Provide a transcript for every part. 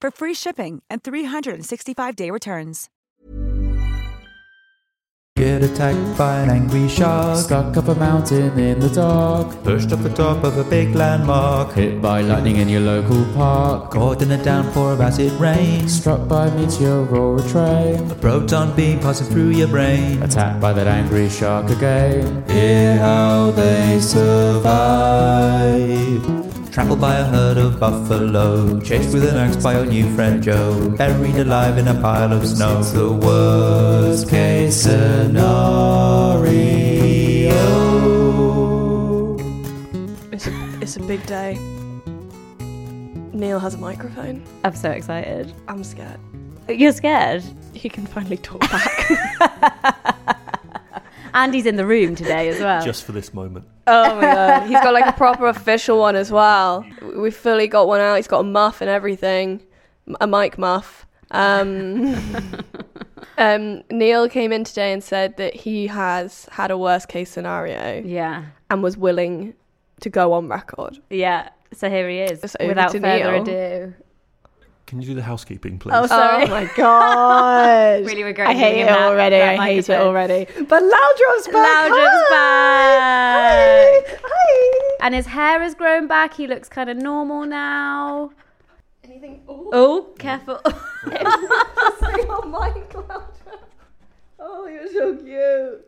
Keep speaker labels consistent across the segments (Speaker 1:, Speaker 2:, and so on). Speaker 1: for free shipping and 365-day returns.
Speaker 2: Get attacked by an angry shark.
Speaker 3: Stuck up a mountain in the dark.
Speaker 2: Pushed off the top of a big landmark.
Speaker 3: Hit by lightning in your local park.
Speaker 2: Caught in a downpour of acid rain.
Speaker 3: Struck by a meteor or a train.
Speaker 2: A proton beam passing through your brain.
Speaker 3: Attacked by that angry shark again.
Speaker 2: Hear how they survive. Trampled by a herd of buffalo, chased with an axe by your new friend Joe, buried alive in a pile of snow. It's the worst case scenario.
Speaker 4: It's a, it's a big day. Neil has a microphone.
Speaker 5: I'm so excited.
Speaker 4: I'm scared.
Speaker 5: You're scared.
Speaker 4: He can finally talk back.
Speaker 5: Andy's in the room today as well.
Speaker 6: just for this moment.
Speaker 4: oh my god. He's got like a proper official one as well. We've fully got one out. He's got a muff and everything, M- a mic muff. Um, um, Neil came in today and said that he has had a worst case scenario
Speaker 5: yeah,
Speaker 4: and was willing to go on record.
Speaker 5: yeah. So here he is.
Speaker 4: It's over
Speaker 5: Without
Speaker 4: to
Speaker 5: further
Speaker 4: Neil.
Speaker 5: ado.
Speaker 6: Can you do the housekeeping, please?
Speaker 5: Oh, sorry.
Speaker 4: Oh my god.
Speaker 5: Really
Speaker 4: I
Speaker 5: regretting
Speaker 4: hate
Speaker 5: giving
Speaker 4: it
Speaker 5: him that-
Speaker 4: already.
Speaker 5: that
Speaker 4: I hate it
Speaker 5: microphone.
Speaker 4: already. But Loudra's back.
Speaker 5: Loudra's
Speaker 4: Hi.
Speaker 5: back.
Speaker 4: Hi.
Speaker 5: And his hair has grown back. He looks kind of normal now.
Speaker 4: Anything?
Speaker 5: Oh, careful.
Speaker 4: oh my Loudra. Oh, you're so cute.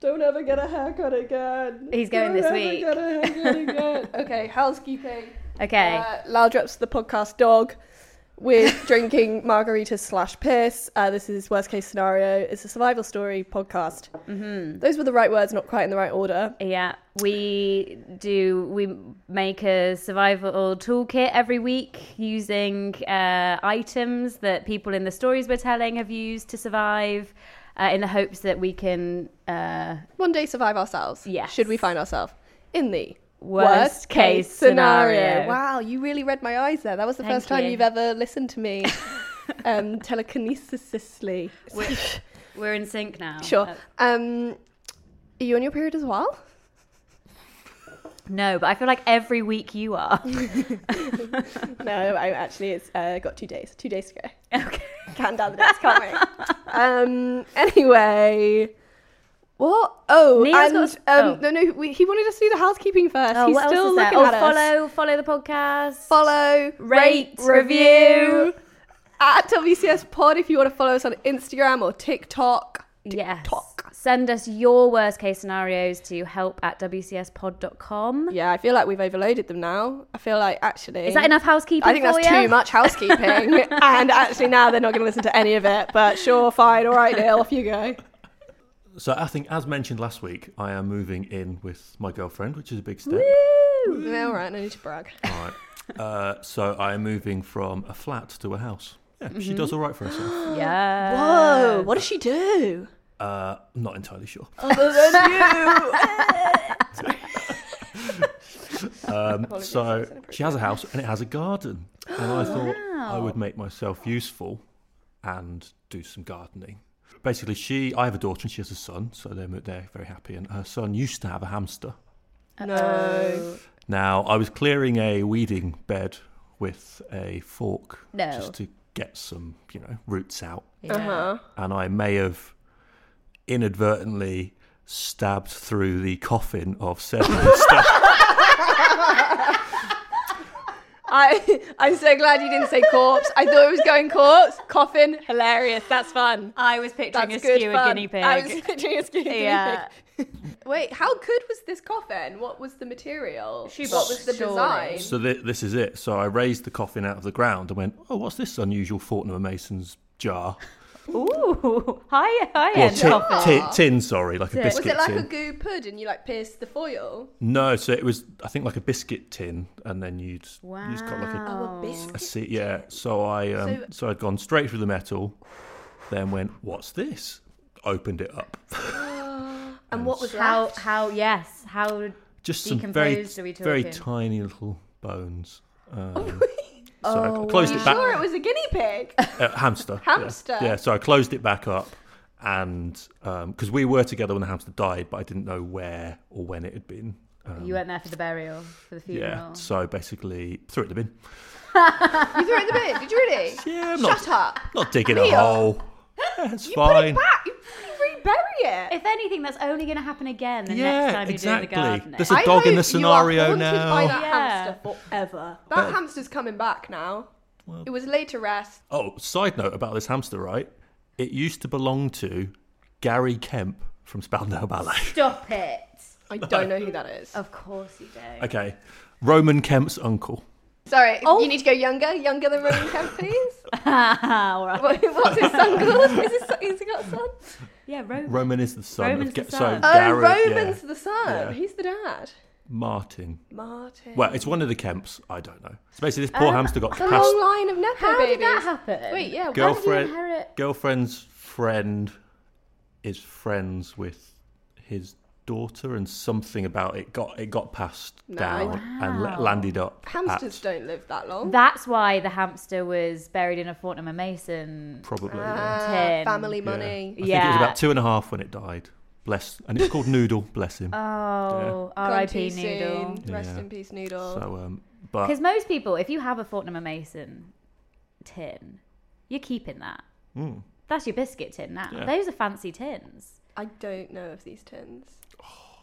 Speaker 4: Don't ever get a haircut again.
Speaker 5: He's going
Speaker 4: Don't
Speaker 5: this
Speaker 4: ever
Speaker 5: week.
Speaker 4: Get a haircut again. okay, housekeeping.
Speaker 5: okay.
Speaker 4: Uh, Loudrop's the podcast dog. We're drinking margaritas slash piss. Uh, this is worst case scenario. It's a survival story podcast. Mm-hmm. Those were the right words, not quite in the right order.
Speaker 5: yeah, we do. We make a survival toolkit every week using uh, items that people in the stories we're telling have used to survive, uh, in the hopes that we can uh,
Speaker 4: One day survive ourselves.
Speaker 5: Yes.
Speaker 4: Should we find ourselves in the
Speaker 5: Worst case scenario.
Speaker 4: Wow, you really read my eyes there. That was the
Speaker 5: Thank
Speaker 4: first time
Speaker 5: you.
Speaker 4: you've ever listened to me. um, telekinesisly.
Speaker 5: We're in sync now.
Speaker 4: Sure.
Speaker 5: Uh,
Speaker 4: Um, are you on your period as well?
Speaker 5: no, but I feel like every week you are.
Speaker 4: No, I actually it's uh, got two days. Two days to go.
Speaker 5: okay.
Speaker 4: Counting down the days. Can't wait. um. Anyway. What? Oh,
Speaker 5: Neil's
Speaker 4: and
Speaker 5: got a-
Speaker 4: um,
Speaker 5: oh.
Speaker 4: no, no. We, he wanted us to do the housekeeping first.
Speaker 5: Oh,
Speaker 4: He's
Speaker 5: what else
Speaker 4: still
Speaker 5: is there?
Speaker 4: looking
Speaker 5: Oh,
Speaker 4: at us.
Speaker 5: follow, follow the podcast.
Speaker 4: follow,
Speaker 5: Rate,
Speaker 4: rate,
Speaker 5: review.
Speaker 4: review at WCS Pod if you want to follow us on Instagram or TikTok.
Speaker 5: Yes.
Speaker 4: TikTok.
Speaker 5: Send us your worst case scenarios to help at wcspod.com.
Speaker 4: Yeah, I feel like we've overloaded them now. I feel like actually
Speaker 5: Is that enough housekeeping?
Speaker 4: I think
Speaker 5: for
Speaker 4: that's
Speaker 5: ya?
Speaker 4: too much housekeeping, and actually now they're not going to listen to any of it. But sure, fine, all right, Neil, off you go.
Speaker 6: So I think, as mentioned last week, I am moving in with my girlfriend, which is a big step.
Speaker 4: Yeah, all right, no need to brag.
Speaker 6: All right. Uh, so I am moving from a flat to a house. Yeah, she does all right for herself.
Speaker 5: Yeah.
Speaker 4: Whoa, Oh, what does she do?
Speaker 6: Uh, I'm not entirely sure. Um, so she has a house and it has a garden, and I thought I would make myself useful and do some gardening. Basically, she I have a daughter and she has a son, so they're they're very happy. And her son used to have a hamster.
Speaker 4: No.
Speaker 6: Now, I was clearing a weeding bed with a fork
Speaker 5: No.
Speaker 6: just to get some, you know, roots out.
Speaker 5: Yeah.
Speaker 4: Uh-huh.
Speaker 6: And I may have inadvertently stabbed through the coffin of several stuff.
Speaker 4: I I'm so glad you didn't say corpse. I thought it was going corpse. Coffin, hilarious. That's fun.
Speaker 5: I was picturing
Speaker 4: That's
Speaker 5: a skew
Speaker 4: good
Speaker 5: a
Speaker 4: fun.
Speaker 5: guinea pig.
Speaker 4: I was picturing a skew
Speaker 5: Yeah.
Speaker 4: guinea pig. Wait, how good was this coffin? What was the material?
Speaker 5: Shoebox,
Speaker 4: what was the
Speaker 5: surely.
Speaker 4: design?
Speaker 6: So th- this is it. So I raised the coffin out of the ground and went, "Oh, what's this unusual Fortnum and Mason's jar?
Speaker 5: Ooh, high high
Speaker 6: Or
Speaker 5: end
Speaker 6: tin,
Speaker 5: coffin.
Speaker 6: tin, tin, sorry, like a
Speaker 5: Was it
Speaker 4: was
Speaker 6: biscuit
Speaker 4: it like
Speaker 6: tin.
Speaker 4: a goo pud and you like pierced the foil?
Speaker 6: No, so it was I think like a biscuit tin, and then you'd you just got like a,
Speaker 5: Wow.
Speaker 6: a se- yeah. So I um, so, I'd gone straight through the metal, then went, "What's this?" Opened it up,
Speaker 4: And what was
Speaker 5: How
Speaker 4: left?
Speaker 5: how yes how
Speaker 6: just some very
Speaker 5: Decomposed, are we
Speaker 6: very
Speaker 5: talking?
Speaker 6: tiny little bones. Um, so I closed it back.
Speaker 4: Oh, Sure, it was a guinea pig.
Speaker 6: Uh, hamster.
Speaker 4: Hamster.
Speaker 6: Yeah. yeah, so I closed it back up. And because we were together when the hamster died, but I didn't know where or when it had been. Um,
Speaker 5: you weren't there for the burial for the
Speaker 6: yeah,
Speaker 5: funeral.
Speaker 6: so basically threw it in the bin.
Speaker 4: you threw it in the bin. Did you really?
Speaker 6: Yeah, I'm
Speaker 4: Shut
Speaker 6: not,
Speaker 4: up.
Speaker 6: Not digging
Speaker 4: Real.
Speaker 6: a hole. Yeah, it's
Speaker 4: You put
Speaker 6: fine.
Speaker 4: it back. You fucking rebury it.
Speaker 5: If anything, that's only going to happen again the
Speaker 6: Yeah,
Speaker 5: next time you're
Speaker 6: exactly.
Speaker 5: doing the gardening.
Speaker 6: There's a dog in the scenario
Speaker 4: you are haunted By
Speaker 6: now.
Speaker 4: that
Speaker 5: Yeah.
Speaker 4: hamster forever. That hamster's coming back now. it was later rest.
Speaker 6: Oh, side note about this hamster, right? It used to belong to Gary Kemp from Spandau Ballet.
Speaker 5: Stop it!
Speaker 4: I don't know who that is.
Speaker 5: Of course you don't.
Speaker 6: okay, Roman Kemp's uncle.
Speaker 4: Sorry,
Speaker 5: Oh.
Speaker 4: you need to go younger, younger than Roman Kemp, please.
Speaker 5: Ah, All right.
Speaker 4: What, what's his son called? Is his son, has he got a son?
Speaker 5: Yeah, Roman.
Speaker 6: Roman is the son
Speaker 5: Roman's
Speaker 6: of Ga-
Speaker 5: the son.
Speaker 6: so
Speaker 4: Oh,
Speaker 6: Gary, yeah,
Speaker 4: Roman's the son.
Speaker 6: Yeah.
Speaker 4: He's the dad.
Speaker 6: Martin.
Speaker 4: Martin.
Speaker 6: Well, it's one of the Kemps. I don't know. So basically, this poor hamster got
Speaker 4: Uh, a
Speaker 6: passed.
Speaker 4: long line of nepo
Speaker 5: How
Speaker 4: babies.
Speaker 5: did that happen?
Speaker 4: Wait, yeah.
Speaker 5: Girl-
Speaker 4: Girl-
Speaker 6: girlfriend
Speaker 5: inherit-
Speaker 6: girlfriend's friend is friends with his daughter and something about it got it got passed down and la- landed up
Speaker 4: hamsters
Speaker 6: at-
Speaker 4: don't live that long.
Speaker 5: That's why the hamster was buried in a Fortnum and Mason.
Speaker 6: probably yeah.
Speaker 4: Ah,
Speaker 5: Ten.
Speaker 4: family
Speaker 6: Yeah.
Speaker 4: money.
Speaker 6: I think it was
Speaker 5: Yeah.
Speaker 6: about two and a half when it died bless and it's called noodle bless him
Speaker 4: Gone
Speaker 5: Oh, R.I.P.
Speaker 4: too
Speaker 5: Noodle.
Speaker 4: soon. Rest
Speaker 6: Yeah.
Speaker 4: in peace, Noodle.
Speaker 6: so um but
Speaker 5: Because most people, if you have a Fortnum and Mason tin, you're keeping that. That's your biscuit tin now.
Speaker 6: Yeah.
Speaker 5: Those are fancy tins.
Speaker 4: I don't know of these tins.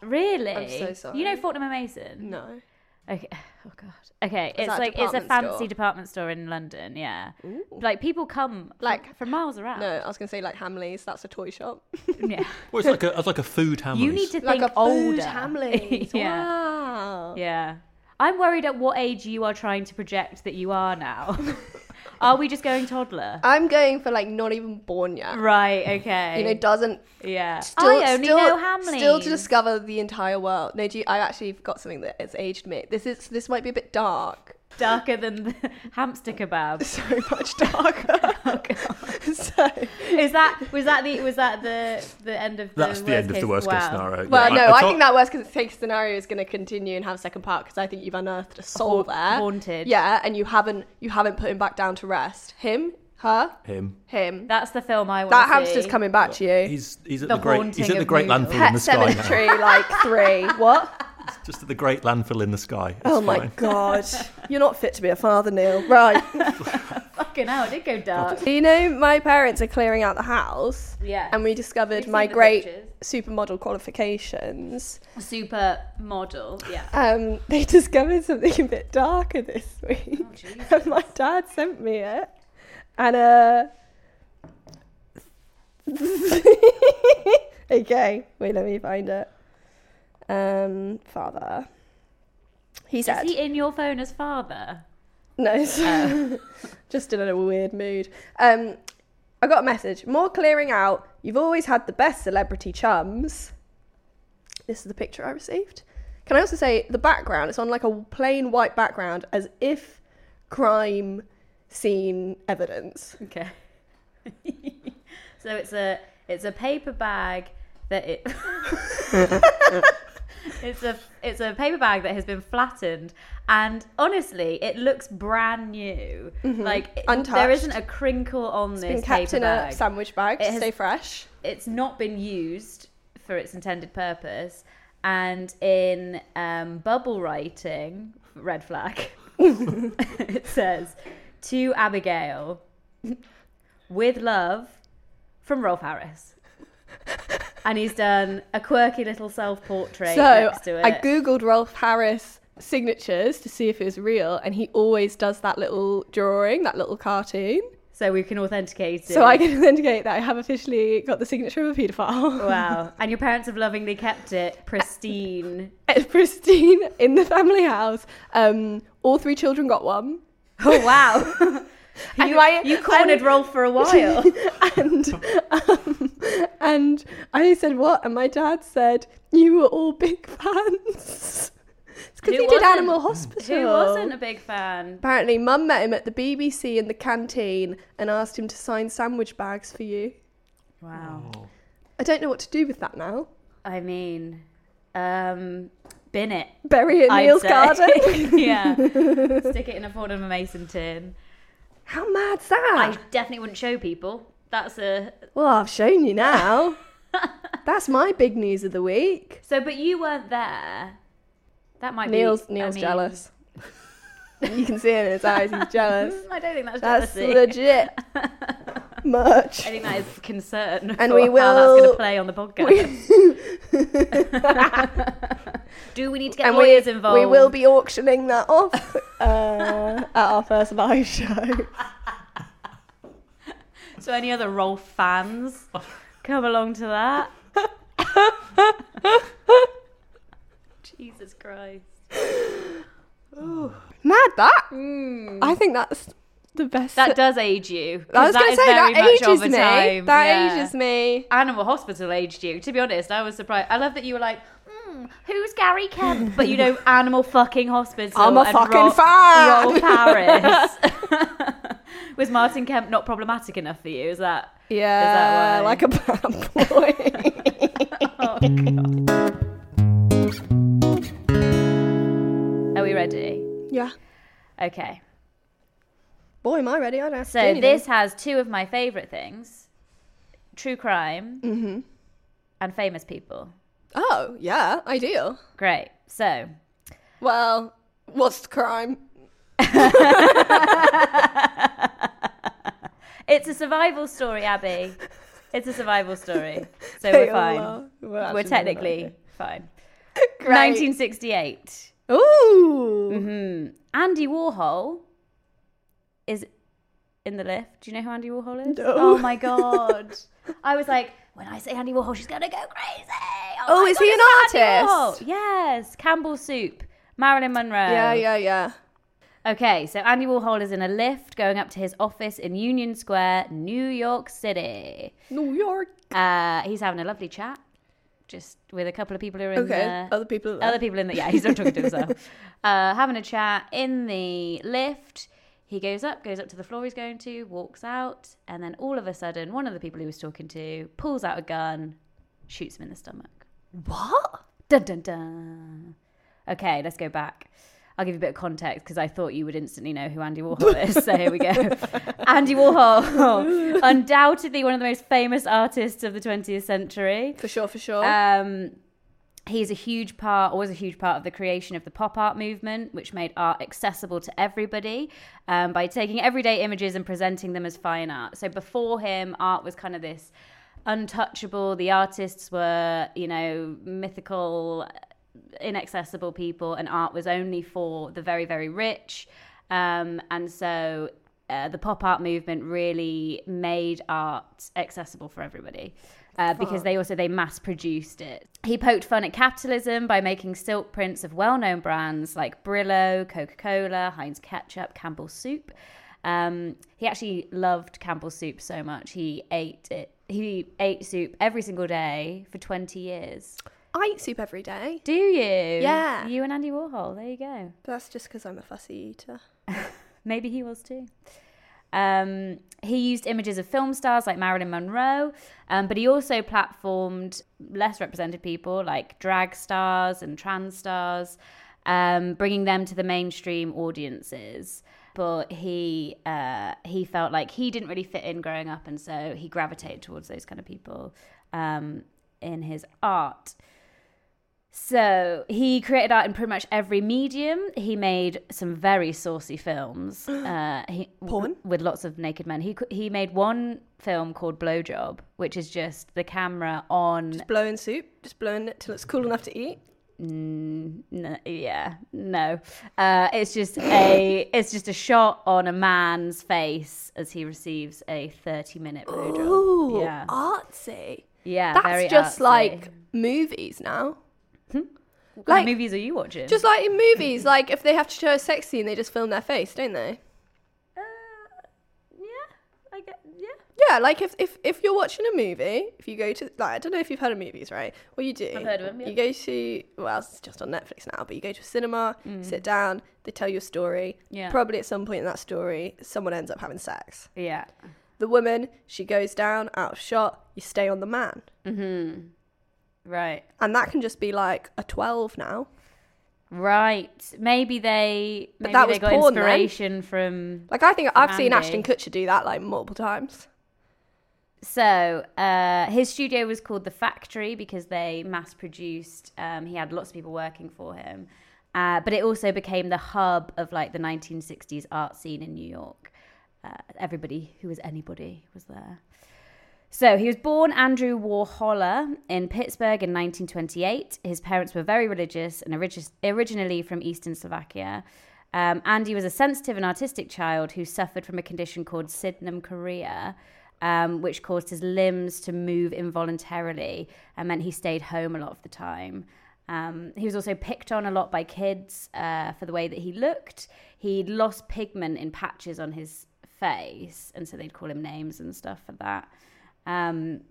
Speaker 5: Really?
Speaker 4: I'm so sorry.
Speaker 5: You know Fortnum and Mason?
Speaker 4: No.
Speaker 5: Okay. Oh god. Okay.
Speaker 4: that
Speaker 5: it's
Speaker 4: a
Speaker 5: like it's a
Speaker 4: department
Speaker 5: fancy
Speaker 4: store?
Speaker 5: department store in London. Yeah. Like people come like from,
Speaker 4: Like-
Speaker 5: miles around.
Speaker 4: No, I was going to say like Hamleys. That's a toy shop.
Speaker 5: Yeah.
Speaker 6: well, it's like a it's like a food hammer
Speaker 5: you need to
Speaker 4: like
Speaker 5: think
Speaker 4: a
Speaker 5: older.
Speaker 4: food Hamleys.
Speaker 5: yeah.
Speaker 4: Wow.
Speaker 5: Yeah. I'm worried at what age you are trying to project that you are now. are we just going toddler?
Speaker 4: I'm going for like not even born yet.
Speaker 5: right. Okay.
Speaker 4: You know, doesn't
Speaker 5: yeah.
Speaker 4: still,
Speaker 5: I only
Speaker 4: still,
Speaker 5: know Hamleys.
Speaker 4: still to discover the entire world. No, do you, I actually got something that has aged me. This is this might be a bit dark,
Speaker 5: darker than the hamster kebab.
Speaker 4: so much
Speaker 5: Oh,
Speaker 4: darker. so,
Speaker 5: Is that was that the was that the the end of the
Speaker 6: that's the end of
Speaker 5: case-
Speaker 6: the worst case
Speaker 5: wow.
Speaker 6: scenario
Speaker 4: well,
Speaker 6: Yeah,
Speaker 4: no, I,
Speaker 6: told-
Speaker 4: think that worst case scenario is going to continue and have a second part because I think you've unearthed a soul
Speaker 5: Haunt-
Speaker 4: there,
Speaker 5: haunted.
Speaker 4: Yeah, and you haven't you haven't put him back down to rest. Him, her,
Speaker 6: him
Speaker 4: him. That,
Speaker 5: That's the film I want.
Speaker 4: hamster's coming back to you.
Speaker 6: he's he's at
Speaker 5: The
Speaker 6: the, great
Speaker 5: haunting
Speaker 6: he's at the
Speaker 5: of
Speaker 6: great
Speaker 5: noodle.
Speaker 6: landfill in
Speaker 4: Pet
Speaker 6: the sky
Speaker 4: cemetery, like three. What?
Speaker 6: now just at the great landfill in the sky It's
Speaker 4: Oh my
Speaker 6: fine.
Speaker 4: god! You're not fit to be a father, Neil. Right.
Speaker 5: Fucking hell, it did go dark.
Speaker 4: You know, my parents are clearing out the house.
Speaker 5: Yes.
Speaker 4: And we discovered
Speaker 5: We've
Speaker 4: my
Speaker 5: seen the
Speaker 4: great
Speaker 5: pictures.
Speaker 4: supermodel qualifications.
Speaker 5: Super model. Yeah.
Speaker 4: Um, they discovered something a bit darker this week.
Speaker 5: Oh,
Speaker 4: and my dad sent me it. And, uh. okay, wait, let me find it. Um, father. He
Speaker 5: Is
Speaker 4: said.
Speaker 5: he in your phone as father?
Speaker 4: No, it's-
Speaker 5: Uh,
Speaker 4: just in a weird mood. Um, I got a message. More clearing out. You've always had the best celebrity chums. This is the picture I received. Can I also say the background? It's on like a plain white background, as if crime scene evidence.
Speaker 5: Okay. so it's a it's a paper bag that it it's a it's a paper bag that has been flattened and honestly it looks brand new like it- there
Speaker 4: Mm-hmm. Untouched.
Speaker 5: isn't a crinkle on
Speaker 4: Been
Speaker 5: this
Speaker 4: kept
Speaker 5: paper
Speaker 4: in
Speaker 5: bag
Speaker 4: a sandwich bag
Speaker 5: It
Speaker 4: to
Speaker 5: has-
Speaker 4: stay fresh.
Speaker 5: it's not been used for its intended purpose and in um, bubble writing red flag it says to abigail with love from rolf harris and he's done a quirky little self-portrait
Speaker 4: So
Speaker 5: next to it
Speaker 4: I googled Rolf Harris signatures to see if it was real, and he always does that little drawing, that little cartoon.
Speaker 5: So we can authenticate it.
Speaker 4: So I can authenticate that I have officially got the signature of a paedophile.
Speaker 5: Wow. And your parents have lovingly kept it pristine.
Speaker 4: It's pristine in the family house. Um, all three children got one.
Speaker 5: Oh, wow.
Speaker 4: And
Speaker 5: you,
Speaker 4: I-
Speaker 5: you cornered
Speaker 4: and-
Speaker 5: Rolf for a while.
Speaker 4: and um, and I said what, and my dad said you were all big fans. It's because
Speaker 5: Who
Speaker 4: he did
Speaker 5: wasn't?
Speaker 4: Animal Hospital.
Speaker 5: Who wasn't a big fan?
Speaker 4: Apparently, Mum met him at the BBC in the canteen and asked him to sign sandwich bags for you.
Speaker 5: Wow.
Speaker 4: I don't know what to do with that now.
Speaker 5: Oh. I mean, um, bin it.
Speaker 4: Bury it in
Speaker 5: I'd
Speaker 4: Neil's
Speaker 5: say.
Speaker 4: garden.
Speaker 5: yeah. Stick it in a Fordham and Mason tin.
Speaker 4: How mad's
Speaker 5: I
Speaker 4: that?
Speaker 5: definitely wouldn't show people. That's a
Speaker 4: Well, I've shown you now. That's my big news of the week.
Speaker 5: so. But you weren't there. That might
Speaker 4: Neil's
Speaker 5: be. I
Speaker 4: Neil's
Speaker 5: mean-
Speaker 4: jealous. you can see it in his eyes. He's jealous.
Speaker 5: Mm, I don't think that's,
Speaker 4: That's
Speaker 5: jealousy.
Speaker 4: legit much.
Speaker 5: I think that is concern.
Speaker 4: And
Speaker 5: for
Speaker 4: we
Speaker 5: How that's going
Speaker 4: will-
Speaker 5: to play on the podcast. Do we need to get
Speaker 4: and we,
Speaker 5: lawyers involved?
Speaker 4: we will be auctioning that off uh, at our first live show.
Speaker 5: So any other Rolf fans, come along to that. Jesus Christ.
Speaker 4: Mad that. I think that's the best.
Speaker 5: Hmm. That does age you. 'cause
Speaker 4: I was going
Speaker 5: is
Speaker 4: to say that
Speaker 5: very much of
Speaker 4: ages
Speaker 5: a
Speaker 4: me.
Speaker 5: time,
Speaker 4: That
Speaker 5: yeah.
Speaker 4: ages me.
Speaker 5: Animal Hospital aged you. To be honest, I was surprised. I love that you were like, mm, "Who's Gary Kemp?" But you know, Animal fucking Hospital.
Speaker 4: I'm a
Speaker 5: and
Speaker 4: fucking
Speaker 5: Ro-
Speaker 4: fan.
Speaker 5: Roll Paris. was Martin Kemp not problematic enough for you? Is that?
Speaker 4: Yeah,
Speaker 5: why?
Speaker 4: like a bad boy.
Speaker 5: Oh, God. Are we ready?
Speaker 4: yeah.
Speaker 5: Okay.
Speaker 4: Boy, am I ready? I don't have to do
Speaker 5: So
Speaker 4: anything.
Speaker 5: this has two of my favorite things: true crime and famous people.
Speaker 4: Oh, yeah, ideal.
Speaker 5: Great. So
Speaker 4: Well, what's the crime?
Speaker 5: It's a survival story, Abby. It's a survival story. So we're fine.
Speaker 4: oh, We're,
Speaker 5: We're technically fine.
Speaker 4: Great.
Speaker 5: 1968.
Speaker 4: Ooh.
Speaker 5: Mm-hmm. Andy Warhol is in the lift. Do you know who Andy Warhol is?
Speaker 4: No.
Speaker 5: Oh my god. I was like, when I say Andy Warhol, she's gonna go crazy.
Speaker 4: Oh,
Speaker 5: my
Speaker 4: is
Speaker 5: God,
Speaker 4: he an
Speaker 5: it's Andy
Speaker 4: artist?
Speaker 5: Warhol. Yes. Campbell Soup. Marilyn Monroe.
Speaker 4: Yeah, yeah, yeah.
Speaker 5: Okay, so Andy Warhol is in a lift going up to his office in Union Square, New York City.
Speaker 4: New York.
Speaker 5: Uh, he's having a lovely chat, just with a couple of people who are in
Speaker 4: Okay,
Speaker 5: the
Speaker 4: other people. are there.
Speaker 5: other people in the yeah. He's not talking to himself. uh, having a chat in the lift. He goes up, goes up to the floor he's going to, walks out, and then all of a sudden, one of the people he was talking to pulls out a gun, shoots him in the stomach. What? Dun dun dun. Okay, let's go back. I'll give you a bit of context because I thought you would instantly know who Andy Warhol is. So here we go. Andy Warhol, undoubtedly one of the most famous artists of the 20th century.
Speaker 4: For sure, for sure.
Speaker 5: Um, he's a huge part, or was a huge part of the creation of the pop art movement, which made art accessible to everybody um, by taking everyday images and presenting them as fine art. So before him, art was kind of this untouchable. The artists were, you know, mythical, inaccessible people, and art was only for the very, very rich. Um, and so uh, the pop art movement really made art accessible for everybody uh, because they also they mass produced it. He poked fun at capitalism by making silk prints of well-known brands like Brillo, Coca-Cola, Heinz ketchup, Campbell's soup. Um, he actually loved Campbell's soup so much he ate it. He ate soup every single day for twenty years.
Speaker 4: I eat soup every day.
Speaker 5: Do you?
Speaker 4: Yeah.
Speaker 5: You and Andy Warhol. There you go.
Speaker 4: But that's just because I'm a fussy eater.
Speaker 5: Maybe he was too. Um, he used images of film stars like Marilyn Monroe, um, but he also platformed less represented people like drag stars and trans stars, um, bringing them to the mainstream audiences. But he uh, he felt like he didn't really fit in growing up, and so he gravitated towards those kind of people um, in his art. So he created art in pretty much every medium. He made some very saucy films. Uh, he,
Speaker 4: Porn?
Speaker 5: with lots of naked men. He c- he made one film called Blowjob, which is just the camera on
Speaker 4: Just blowing soup, just blowing it till it's cool enough to eat.
Speaker 5: Mm, no, yeah, no. Uh, it's just a it's just a shot on a man's face as he receives a thirty minute blowjob.
Speaker 4: Ooh,
Speaker 5: yeah,
Speaker 4: artsy.
Speaker 5: yeah.
Speaker 4: That's
Speaker 5: very
Speaker 4: just
Speaker 5: artsy. Hmm?
Speaker 4: like movies now.
Speaker 5: what
Speaker 4: like-
Speaker 5: movies are you watching?
Speaker 4: Just like in movies, like if they have to show a sex scene, they just film their face, don't they?
Speaker 5: uh, yeah, I get yeah.
Speaker 4: Yeah, like if, if, if you're watching a movie, if you go to like I don't know if you've heard of movies, right? Well, you do.
Speaker 5: I've heard of 'em, yeah.
Speaker 4: You go to well, it's just on Netflix now, but you go to a cinema, sit down, they tell you a story.
Speaker 5: Mm. Yeah.
Speaker 4: Probably at some point in that story, someone ends up having sex.
Speaker 5: Yeah.
Speaker 4: The woman, she goes down, out of shot. You stay on the man,
Speaker 5: Right.
Speaker 4: and that can just be like a twelve now.
Speaker 5: Right. Maybe they maybe
Speaker 4: that
Speaker 5: they
Speaker 4: was
Speaker 5: got
Speaker 4: porn then.
Speaker 5: inspiration from
Speaker 4: Like I think I've seen
Speaker 5: Andy.
Speaker 4: Ashton Kutcher do that like multiple times.
Speaker 5: So uh, his studio was called the Factory because they mass produced. Um, he had lots of people working for him, uh, but it also became the hub of like the 1960s art scene in New York. Uh, everybody who was anybody was there. So he was born Andrew Warholer in Pittsburgh in 1928. His parents were very religious and origi- originally from Eastern Slovakia. Um, Andy was a sensitive and artistic child who suffered from a condition called Sydenhamcoria, um, which caused his limbs to move involuntarily and meant he stayed home a lot of the time. Um, he was also picked on a lot by kids uh, for the way that he looked. He lost pigment in patches on his face, and so they'd call him names and stuff for that. Um,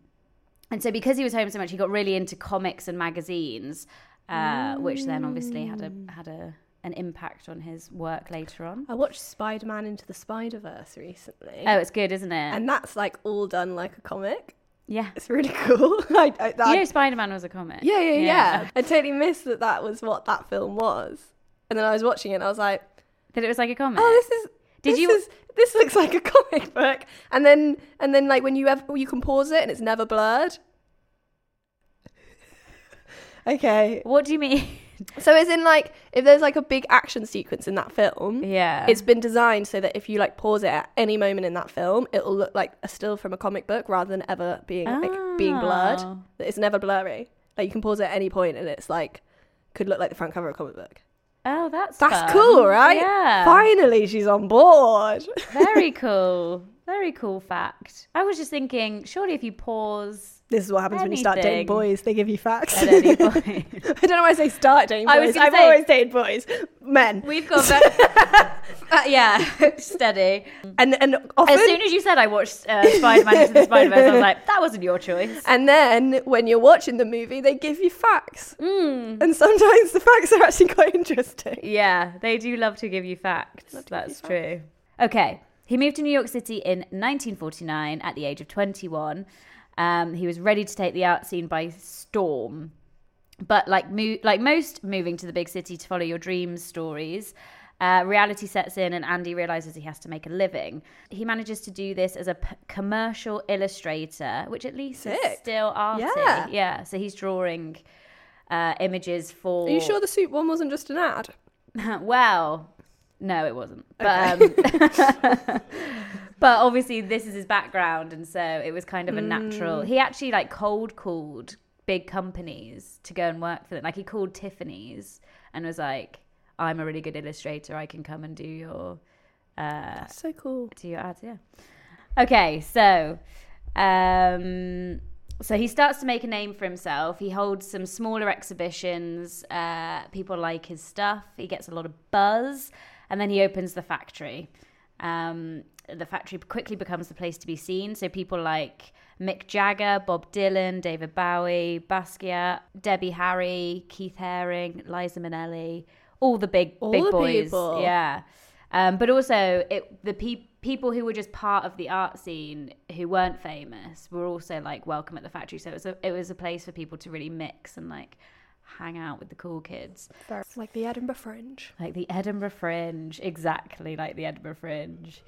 Speaker 5: and so because he was home so much, he got really into comics and magazines, uh, which then obviously had
Speaker 4: Mm.
Speaker 5: a had a an impact on his work later on.
Speaker 4: I watched Spider Man Into the Spider Verse recently,
Speaker 5: Oh, it's good, isn't it?
Speaker 4: and that's like all done like a comic.
Speaker 5: yeah.
Speaker 4: It's really cool. I, I, that,
Speaker 5: You know, Spider Man was a comic.
Speaker 4: yeah, yeah, yeah, I totally missed that that was what that film was. And then I was watching it and I was like,
Speaker 5: That it was like a comic.
Speaker 4: oh, this is.
Speaker 5: Did
Speaker 4: this
Speaker 5: you-
Speaker 4: Is, this looks like a comic book. And then, and then, like when you have, you can pause it and it's never blurred. okay.
Speaker 5: What do you mean?
Speaker 4: So, as in, like, if there's like a big action sequence in that film,
Speaker 5: yeah.
Speaker 4: it's been designed so that if you like pause it at any moment in that film, it'll look like a still from a comic book rather than ever being like being blurred.
Speaker 5: Oh.
Speaker 4: That It's never blurry. Like you can pause it at any point and it's like could look like the front cover of a comic book.
Speaker 5: oh, that's
Speaker 4: That's
Speaker 5: fun.
Speaker 4: cool, right?
Speaker 5: Yeah.
Speaker 4: Finally, she's on board.
Speaker 5: Very cool. Very cool fact. I was just thinking, surely if you pause
Speaker 4: this is what happens when you start dating
Speaker 5: Anything.
Speaker 4: boys. They give you facts.
Speaker 5: at any point.
Speaker 4: I don't know why I say start dating boys.
Speaker 5: I was gonna
Speaker 4: I've
Speaker 5: say-
Speaker 4: always dated boys, men,
Speaker 5: We've got very. Uh, yeah, steady.
Speaker 4: and and often.
Speaker 5: As soon as you said I watched uh, Spider Man into the Spider Verse, I was like, that wasn't your choice.
Speaker 4: and then when you're watching the movie, they give you facts,
Speaker 5: Hmm.
Speaker 4: and sometimes the facts are actually quite interesting.
Speaker 5: Yeah, they do love to give you facts. That's true. Okay. He moved to New York City in 1949 at the age of 21. Um, he was ready to take the art scene by storm. But like mo- like most moving to the big city to follow your dreams stories, uh, reality sets in and Andy realizes he has to make a living. He manages to do this as a p- commercial illustrator, which at least is
Speaker 4: Sick.
Speaker 5: still arty.
Speaker 4: Yeah.
Speaker 5: yeah. So he's drawing uh, images for.
Speaker 4: Are you sure the soup one wasn't just an ad?
Speaker 5: well, no, it wasn't. But, um, but obviously, this is his background, and so it was kind of a natural. He actually like cold called big companies to go and work for them. Like he called Tiffany's and was like, "I'm a really good illustrator. I can come and do your
Speaker 4: So cool.
Speaker 5: do your ads." Yeah. Okay, so. Um, so he starts to make a name for himself. He holds some smaller exhibitions. Uh, people like his stuff. He gets a lot of buzz. And then he opens the factory. Um, the factory quickly becomes the place to be seen. So people like Mick Jagger, Bob Dylan, David Bowie, Basquiat, Debbie Harry, Keith Haring, Liza Minnelli, all the big
Speaker 4: All
Speaker 5: big
Speaker 4: the
Speaker 5: boys.
Speaker 4: people.
Speaker 5: Yeah. Um, but also, it, the pe- people who were just part of the art scene who weren't famous were also like welcome at the factory. So it was a, it was a place for people to really mix and like hang out with the cool kids,
Speaker 4: Like the Edinburgh Fringe.
Speaker 5: like the Edinburgh Fringe, exactly like the Edinburgh Fringe,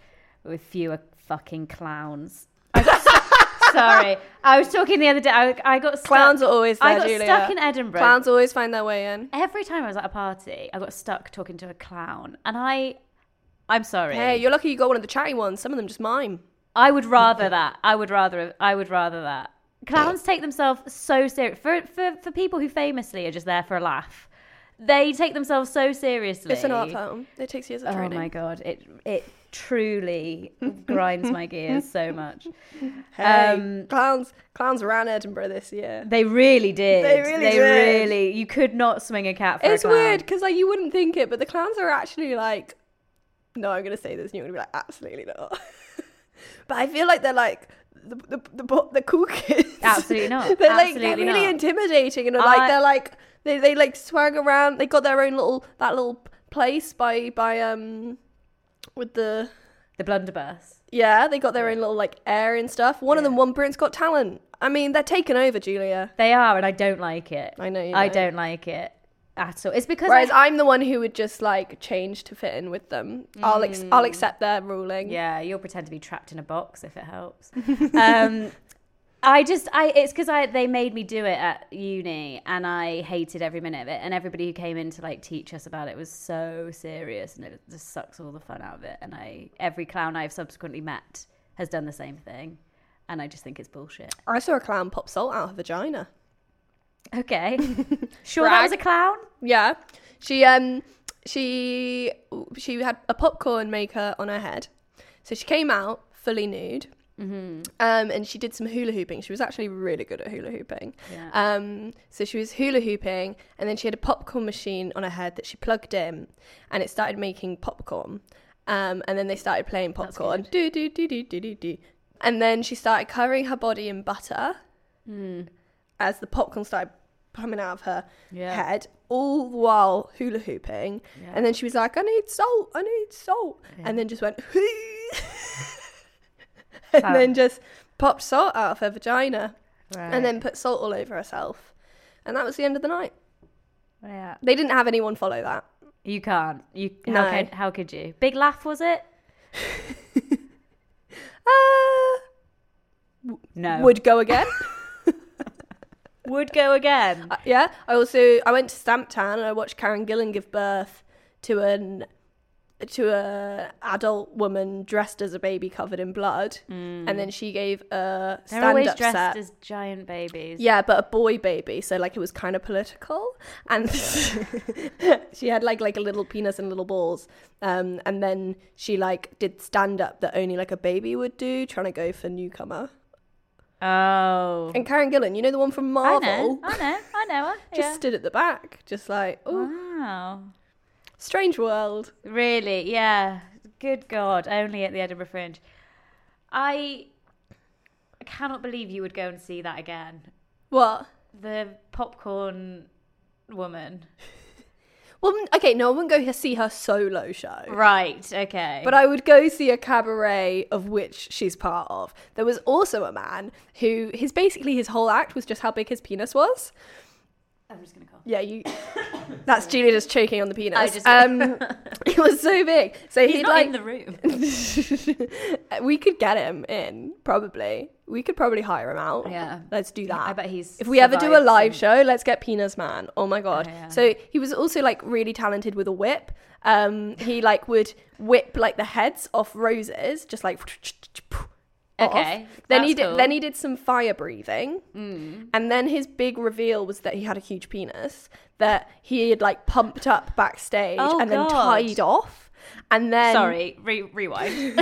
Speaker 5: with fewer fucking clowns. I got stu- Sorry, I was talking the other day. I, I got stuck.
Speaker 4: Clowns are always there,
Speaker 5: I got
Speaker 4: Julia.
Speaker 5: stuck in Edinburgh.
Speaker 4: Clowns always find their way in.
Speaker 5: Every time I was at a party, I got stuck talking to a clown, and I, I'm sorry.
Speaker 4: Hey, you're lucky you got one of the chatty ones. Some of them just mime.
Speaker 5: I would rather that. I would rather. I would rather that. Clowns take themselves so serious. For, for for people who famously are just there for a laugh, They take themselves so seriously.
Speaker 4: It's an art form. It takes years of
Speaker 5: Oh
Speaker 4: training.
Speaker 5: my god, it it truly grinds my gears so much.
Speaker 4: Hey,
Speaker 5: Um,
Speaker 4: clowns, clowns ran Edinburgh this year.
Speaker 5: They really did.
Speaker 4: They really
Speaker 5: They
Speaker 4: did.
Speaker 5: really. You could not swing a cat for a
Speaker 4: It's
Speaker 5: clown.
Speaker 4: weird because like you wouldn't think it, but the clowns are actually like, no, I'm gonna say this, and you're gonna be like, absolutely not. but I feel like they're like the the the, bo- the cool kids.
Speaker 5: Absolutely not.
Speaker 4: they're like they're
Speaker 5: Absolutely
Speaker 4: really
Speaker 5: not.
Speaker 4: intimidating, and like
Speaker 5: I-
Speaker 4: they're like they they like swag around. They got their own little that little place by by um with the
Speaker 5: The blunderbuss.
Speaker 4: yeah they got their own little like air and stuff. One of them, one Britain's Got Talent. I mean, they're taking over, Julia.
Speaker 5: They are, and I don't like it.
Speaker 4: I know you
Speaker 5: I
Speaker 4: don't.
Speaker 5: don't like it at all. It's because
Speaker 4: Whereas
Speaker 5: I,
Speaker 4: I'm the one who would just like change to fit in with them. I'll ex- I'll accept their ruling.
Speaker 5: Mm. yeah, you'll pretend to be trapped in a box if it helps. um, I just, I it's because I they made me do it at uni, and I hated every minute of it. And everybody who came in to like teach us about it was so serious, and it just sucks all the fun out of it. And I, every clown I've subsequently met has done the same thing, and I just think it's bullshit.
Speaker 4: I saw a clown pop salt out of her vagina.
Speaker 5: Okay, sure that was a
Speaker 4: Brag.
Speaker 5: clown.
Speaker 4: Yeah. She um she she had a popcorn maker on her head. So she came out fully nude. Um, and she did some hula hooping. She was actually really good at hula hooping. Um, so she was hula hooping, and then she had a popcorn machine on her head that she plugged in, and it started making popcorn. Um, and then they started playing popcorn. Do, do, do, do, do, do, do. And then she started covering her body in butter as the popcorn started coming out of her head, all the while hula hooping. And then she was like, I need salt, I need salt. And then just went, and then just popped salt out of her vagina and then put salt all over herself. And that was the end of the night.
Speaker 5: Yeah,
Speaker 4: They didn't have anyone follow that.
Speaker 5: you can't. You how
Speaker 4: No.
Speaker 5: could how could you? Big laugh was it?
Speaker 4: Uh,
Speaker 5: No,
Speaker 4: would go again.
Speaker 5: would go again.
Speaker 4: Uh, yeah. I also I went to Stamptown and I watched Karen Gillan give birth to an to a adult woman dressed as a baby covered in blood, and then she gave a
Speaker 5: Mm. They're always
Speaker 4: stand up
Speaker 5: dressed
Speaker 4: set.
Speaker 5: as giant babies.
Speaker 4: yeah, but a boy baby, so like it was kind of political, and she had like like a little penis and little balls, um, and then she like did stand up that only like a baby would do, trying to go for newcomer.
Speaker 5: Oh.
Speaker 4: And Karen Gillan, you know the one from
Speaker 5: I
Speaker 4: Marvel,
Speaker 5: know. I know. I know. her,
Speaker 4: just
Speaker 5: yeah.
Speaker 4: stood at the back, just like oh,
Speaker 5: wow.
Speaker 4: strange world.
Speaker 5: Really? Yeah. Good God. Only at the Edinburgh Fringe. I cannot believe you would go and see that again.
Speaker 4: What?
Speaker 5: The popcorn woman.
Speaker 4: Well, n- okay, no, I wouldn't go see her solo show.
Speaker 5: Right. Okay.
Speaker 4: But I would go see a cabaret of which she's part of. There was also a man who his basically his whole act was just how big his penis was.
Speaker 5: I'm just gonna cough.
Speaker 4: Yeah, you. That's Julia just choking on the penis.
Speaker 5: I just-
Speaker 4: um, it was so big. So
Speaker 5: He's
Speaker 4: he'd
Speaker 5: not
Speaker 4: like
Speaker 5: in the room.
Speaker 4: we could get him in probably. We could probably hire him out.
Speaker 5: Yeah.
Speaker 4: let's do that.
Speaker 5: I bet he's
Speaker 4: If we ever do a
Speaker 5: survived
Speaker 4: live
Speaker 5: some-
Speaker 4: show, let's get Penis Man. Oh my god.
Speaker 5: yeah.
Speaker 4: So he was also like really talented with a whip. Um, he like would whip like the heads off roses, just like. off.
Speaker 5: Okay,
Speaker 4: Then he
Speaker 5: that's
Speaker 4: did.
Speaker 5: cool. Mm.
Speaker 4: Then he did some fire breathing, and then his big reveal was that he had a huge penis that he had like pumped up backstage
Speaker 5: Oh,
Speaker 4: and then
Speaker 5: God.
Speaker 4: tied off. And then
Speaker 5: Sorry. Re- rewind.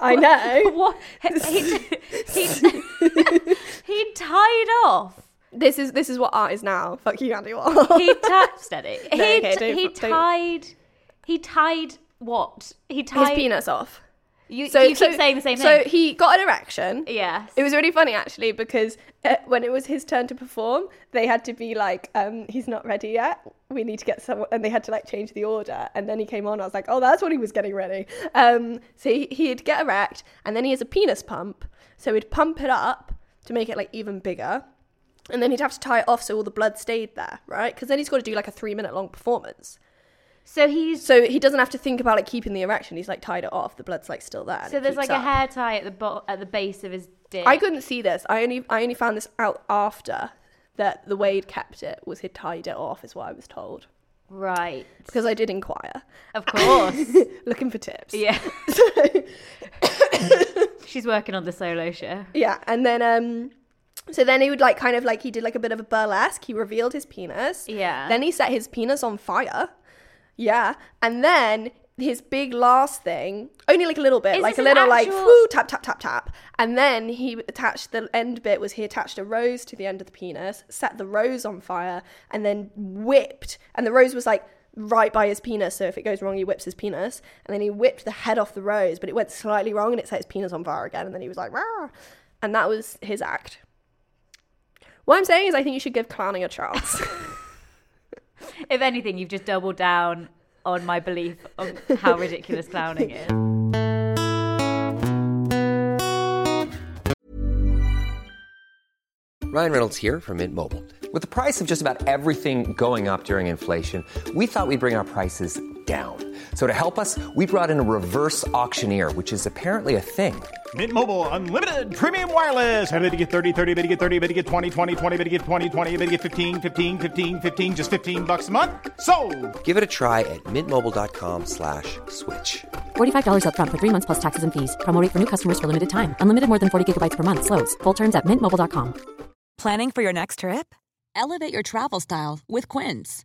Speaker 4: I know.
Speaker 5: what? He, he, he, he tied off.
Speaker 4: This is this is what art is now. Fuck you, Andy Warhol.
Speaker 5: he tied steady. He,
Speaker 4: okay,
Speaker 5: t-
Speaker 4: don't-
Speaker 5: he
Speaker 4: don't-
Speaker 5: tied. He tied what? He tied
Speaker 4: his penis off.
Speaker 5: You, you keep saying the same
Speaker 4: so
Speaker 5: thing.
Speaker 4: he got an erection.
Speaker 5: yes.
Speaker 4: It was really funny actually because uh, when it was his turn to perform, they had to be like, um, "He's not ready yet. We need to get someone," and they had to like change the order. And then he came on. I was like, "Oh, that's what he was getting ready." Um, so he, he'd get erect, and then he has a penis pump. So he'd pump it up to make it like even bigger, and then he'd have to tie it off so all the blood stayed there, right? Because then he's got to do like a three-minute long performance.
Speaker 5: so he's so,
Speaker 4: So he doesn't have to think about like keeping the erection. He's like tied it off. The blood's like still there. and it
Speaker 5: there's
Speaker 4: keeps
Speaker 5: like a
Speaker 4: up.
Speaker 5: hair tie at the bo- at the base of his dick.
Speaker 4: I couldn't see this. I only I only found this out after that the way he'd kept it was he'd tied it off, is what I was told.
Speaker 5: right.
Speaker 4: Because I did inquire,
Speaker 5: Of course.
Speaker 4: looking for tips.
Speaker 5: yeah. She's working on the solo show.
Speaker 4: Yeah, and then um, So then he would like kind of like he did like a bit of a burlesque. He revealed his penis.
Speaker 5: Yeah.
Speaker 4: Then he set his penis on fire. Yeah. And then his big last thing, only like a little bit,
Speaker 5: Is
Speaker 4: like a
Speaker 5: this an
Speaker 4: little like
Speaker 5: actual-
Speaker 4: whoo tap tap tap tap. And then he attached the end bit was he attached a rose to the end of the penis, set the rose on fire, and then whipped. And the rose was like right by his penis, so if it goes wrong, he whips his penis. And then he whipped the head off the rose, but it went slightly wrong, and it set his penis on fire again. And then he was like, Rah! and that was his act. What I'm saying is, I think you should give clowning a chance.
Speaker 5: If anything, you've just doubled down on my belief of how ridiculous clowning is.
Speaker 7: Ryan Reynolds here from Mint Mobile. With the price of just about everything going up during inflation, we thought we'd bring our prices down. So to help us, we brought in a reverse auctioneer, which is apparently a thing.
Speaker 8: Mint Mobile unlimited premium wireless. Ready to get 30, 30, bet you get 30, bet you get 20, 20, 20, bet you get 20, 20, bet you get 15, 15, 15, 15 just 15 bucks a month. So,
Speaker 7: Give it a try at mintmobile.com slash switch.
Speaker 9: $45 upfront for three months plus taxes and fees. Promo rate for new customers for limited time. Unlimited more than 40 gigabytes per month. Slows. Full terms at mintmobile.com.
Speaker 1: Planning for your next trip?
Speaker 10: Elevate your travel style with Quince.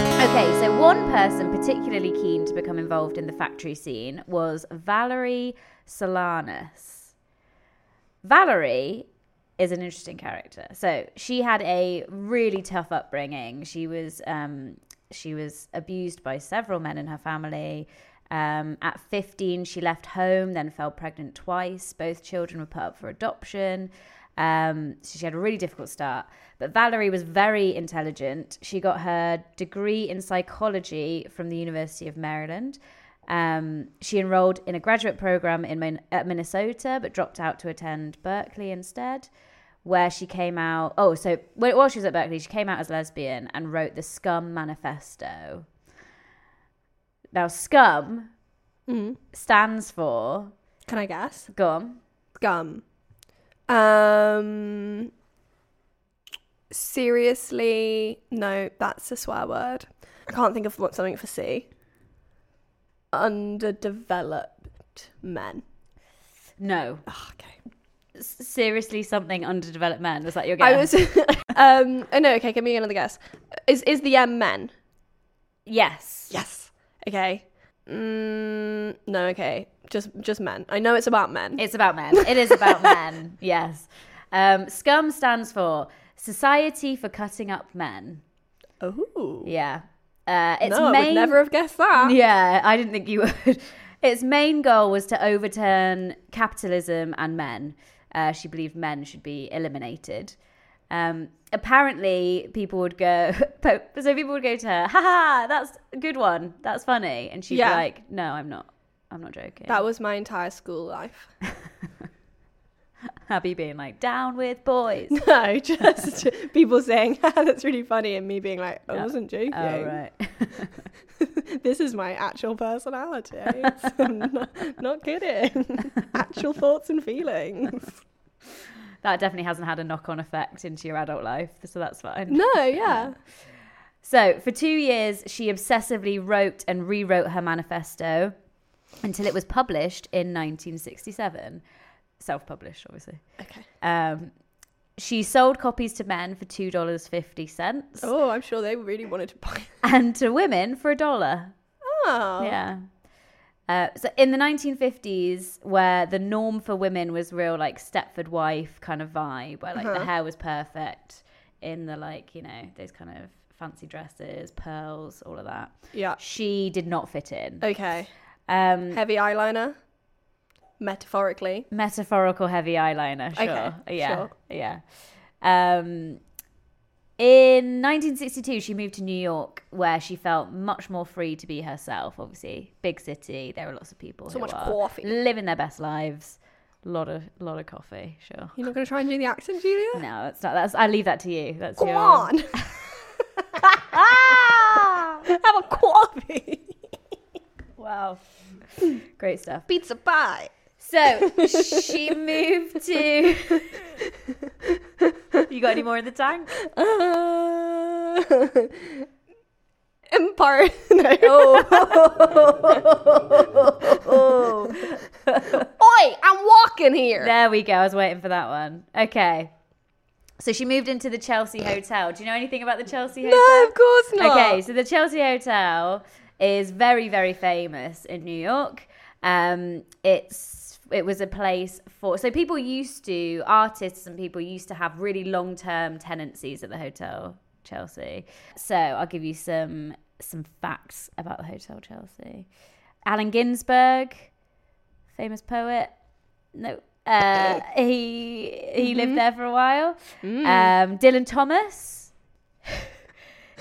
Speaker 5: Okay, so one person particularly keen to become involved in the factory scene was Valerie Solanas. Valerie is an interesting character. So she had a really tough upbringing. She was um, she was abused by several men in her family. Um, at 15, she left home, then fell pregnant twice. Both children were put up for adoption. Um, so she had a really difficult start. But Valerie was very intelligent. She got her degree in psychology from the University of Maryland. Um, she enrolled in a graduate program in Min- at Minnesota, but dropped out to attend Berkeley instead, where she came out. Oh, so wh- while she was at Berkeley, she came out as lesbian and wrote the Scum Manifesto. Now, Scum stands for
Speaker 4: Can I guess?
Speaker 5: gum.
Speaker 4: Gum. Um. Seriously, no, that's a swear word. I can't think of what something for C. Underdeveloped men. Ah,
Speaker 5: No,
Speaker 4: okay.
Speaker 5: S- seriously, something underdeveloped men. Was that your guess?
Speaker 4: I was. um. Oh no. Okay. Give me another guess. Is is the M men?
Speaker 5: yes.
Speaker 4: Yes. Okay. Mm, no. Okay. Just just men. I know it's about men.
Speaker 5: It's about men. It is about men. Yes. Um, SCUM stands for Society for Cutting Up Men.
Speaker 4: oh.
Speaker 5: Yeah. Uh, its
Speaker 4: no, I
Speaker 5: main
Speaker 4: would never have guessed that.
Speaker 5: yeah, I didn't think you would. Its main goal was to overturn capitalism and men. Uh, she believed men should be eliminated. Um, apparently, people would go. So people would go to her. Ha ha! That's a good one. That's funny. And she'd
Speaker 4: Yeah.
Speaker 5: be like, "No, I'm not. I'm not joking."
Speaker 4: That was my entire school life.
Speaker 5: Happy being like, "Down with boys."
Speaker 4: No, just people saying that's really funny, and me being like, I wasn't joking.
Speaker 5: Oh right.
Speaker 4: this is my actual personality. I'm not, not kidding. actual thoughts and feelings.
Speaker 5: that definitely hasn't had a knock-on effect into your adult life, so that's fine.
Speaker 4: No, yeah.
Speaker 5: So, for two years, she obsessively wrote and rewrote her manifesto until it was published in 1967. Self published, obviously.
Speaker 4: Okay.
Speaker 5: Um, she sold copies to men for $2.50
Speaker 4: Oh, I'm sure they really wanted to buy.
Speaker 5: and to women for a dollar.
Speaker 4: Oh,
Speaker 5: Yeah. Uh, so in the 1950s, where the norm for women was real like Stepford wife kind of vibe, where like the hair was perfect, in the like you know those kind of fancy dresses, pearls, all of that.
Speaker 4: Yeah.
Speaker 5: She did not fit in.
Speaker 4: Okay.
Speaker 5: Um,
Speaker 4: Heavy eyeliner, metaphorically.
Speaker 5: metaphorical heavy eyeliner. Sure.
Speaker 4: Okay,
Speaker 5: Yeah.
Speaker 4: sure.
Speaker 5: Yeah. Um, in 1962, she moved to New York, where she felt much more free to be herself. Obviously, big city. There were lots of people.
Speaker 4: So
Speaker 5: who
Speaker 4: much
Speaker 5: are
Speaker 4: coffee.
Speaker 5: living their best lives, lot of lot of coffee. Sure.
Speaker 4: You're not going to try and do the accent, Julia?
Speaker 5: No, that's not. That's. I leave that to you. That's
Speaker 4: Go
Speaker 5: your-
Speaker 4: on. Have a coffee.
Speaker 5: Ah! Wow. Great stuff.
Speaker 4: Pizza pie.
Speaker 5: So she moved to. you got any more in the tank?
Speaker 11: Uh, Empire. No. Oi, I'm walking here.
Speaker 5: There we go. I was waiting for that one. Okay. So she moved into the Chelsea Hotel. Do you know anything about the Chelsea Hotel?
Speaker 11: No, of course not.
Speaker 5: Okay, so the Chelsea Hotel is very, very famous in New York. Um, it's it was a place for so people used to artists and people used to have really long term tenancies at the hotel Chelsea. So I'll give you some some facts about the hotel Chelsea. Allen Ginsberg, famous poet. No. Uh,
Speaker 11: Oh.
Speaker 5: he he
Speaker 11: Mm-hmm.
Speaker 5: lived there for a while.
Speaker 11: Mm.
Speaker 5: Um, Dylan Thomas.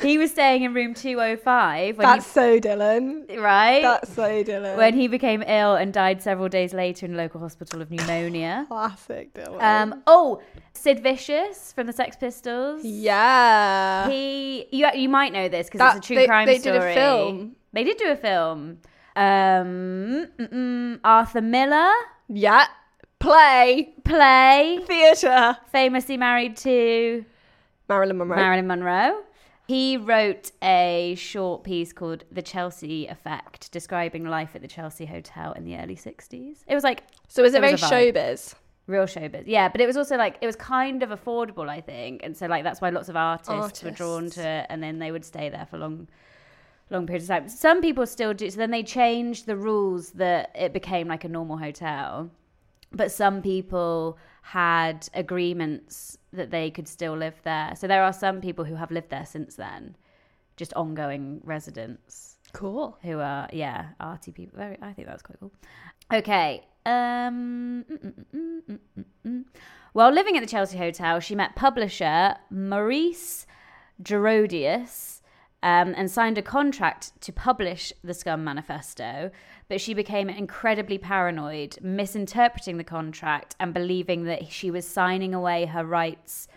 Speaker 5: he was staying in room 205 when
Speaker 4: That's so Dylan.
Speaker 5: he, right
Speaker 4: That's so Dylan.
Speaker 5: when he became ill and died several days later in a local hospital of pneumonia.
Speaker 4: Classic Dylan.
Speaker 5: Um, oh, Sid Vicious from the Sex Pistols.
Speaker 4: yeah.
Speaker 5: He, you, you might know this because
Speaker 11: That-
Speaker 5: it's a true
Speaker 11: they-
Speaker 5: crime
Speaker 11: they did
Speaker 5: story.
Speaker 11: a film.
Speaker 5: They did do a film. Um, mm, mm, Arthur Miller
Speaker 4: yeah. Play.
Speaker 5: play
Speaker 4: Theatre.
Speaker 5: famously married to
Speaker 11: Marilyn Monroe.
Speaker 5: Marilyn Monroe. He wrote a short piece called The Chelsea Effect, describing life at the Chelsea Hotel in the early 60s. It was like
Speaker 4: So is it,
Speaker 5: It
Speaker 4: very
Speaker 5: was a vibe.
Speaker 4: showbiz?
Speaker 5: real showbiz. Yeah, but it was also like, it was kind of affordable, I think. And so, like, that's why lots of artists, were drawn to it. And then they would stay there for long, long periods of time. Some people still do. So then they changed the rules that it became like a normal hotel. But some people had agreements that they could still live there. So there are some people who have lived there since then, just ongoing residents
Speaker 4: Cool.
Speaker 5: who are yeah arty people very i think that's quite cool okay um mm, mm, mm, mm, mm, mm. while living at the chelsea hotel she met publisher maurice gerodius um, and signed a contract to publish the Scum Manifesto, but she became incredibly paranoid, misinterpreting the contract and believing that she was signing away her rights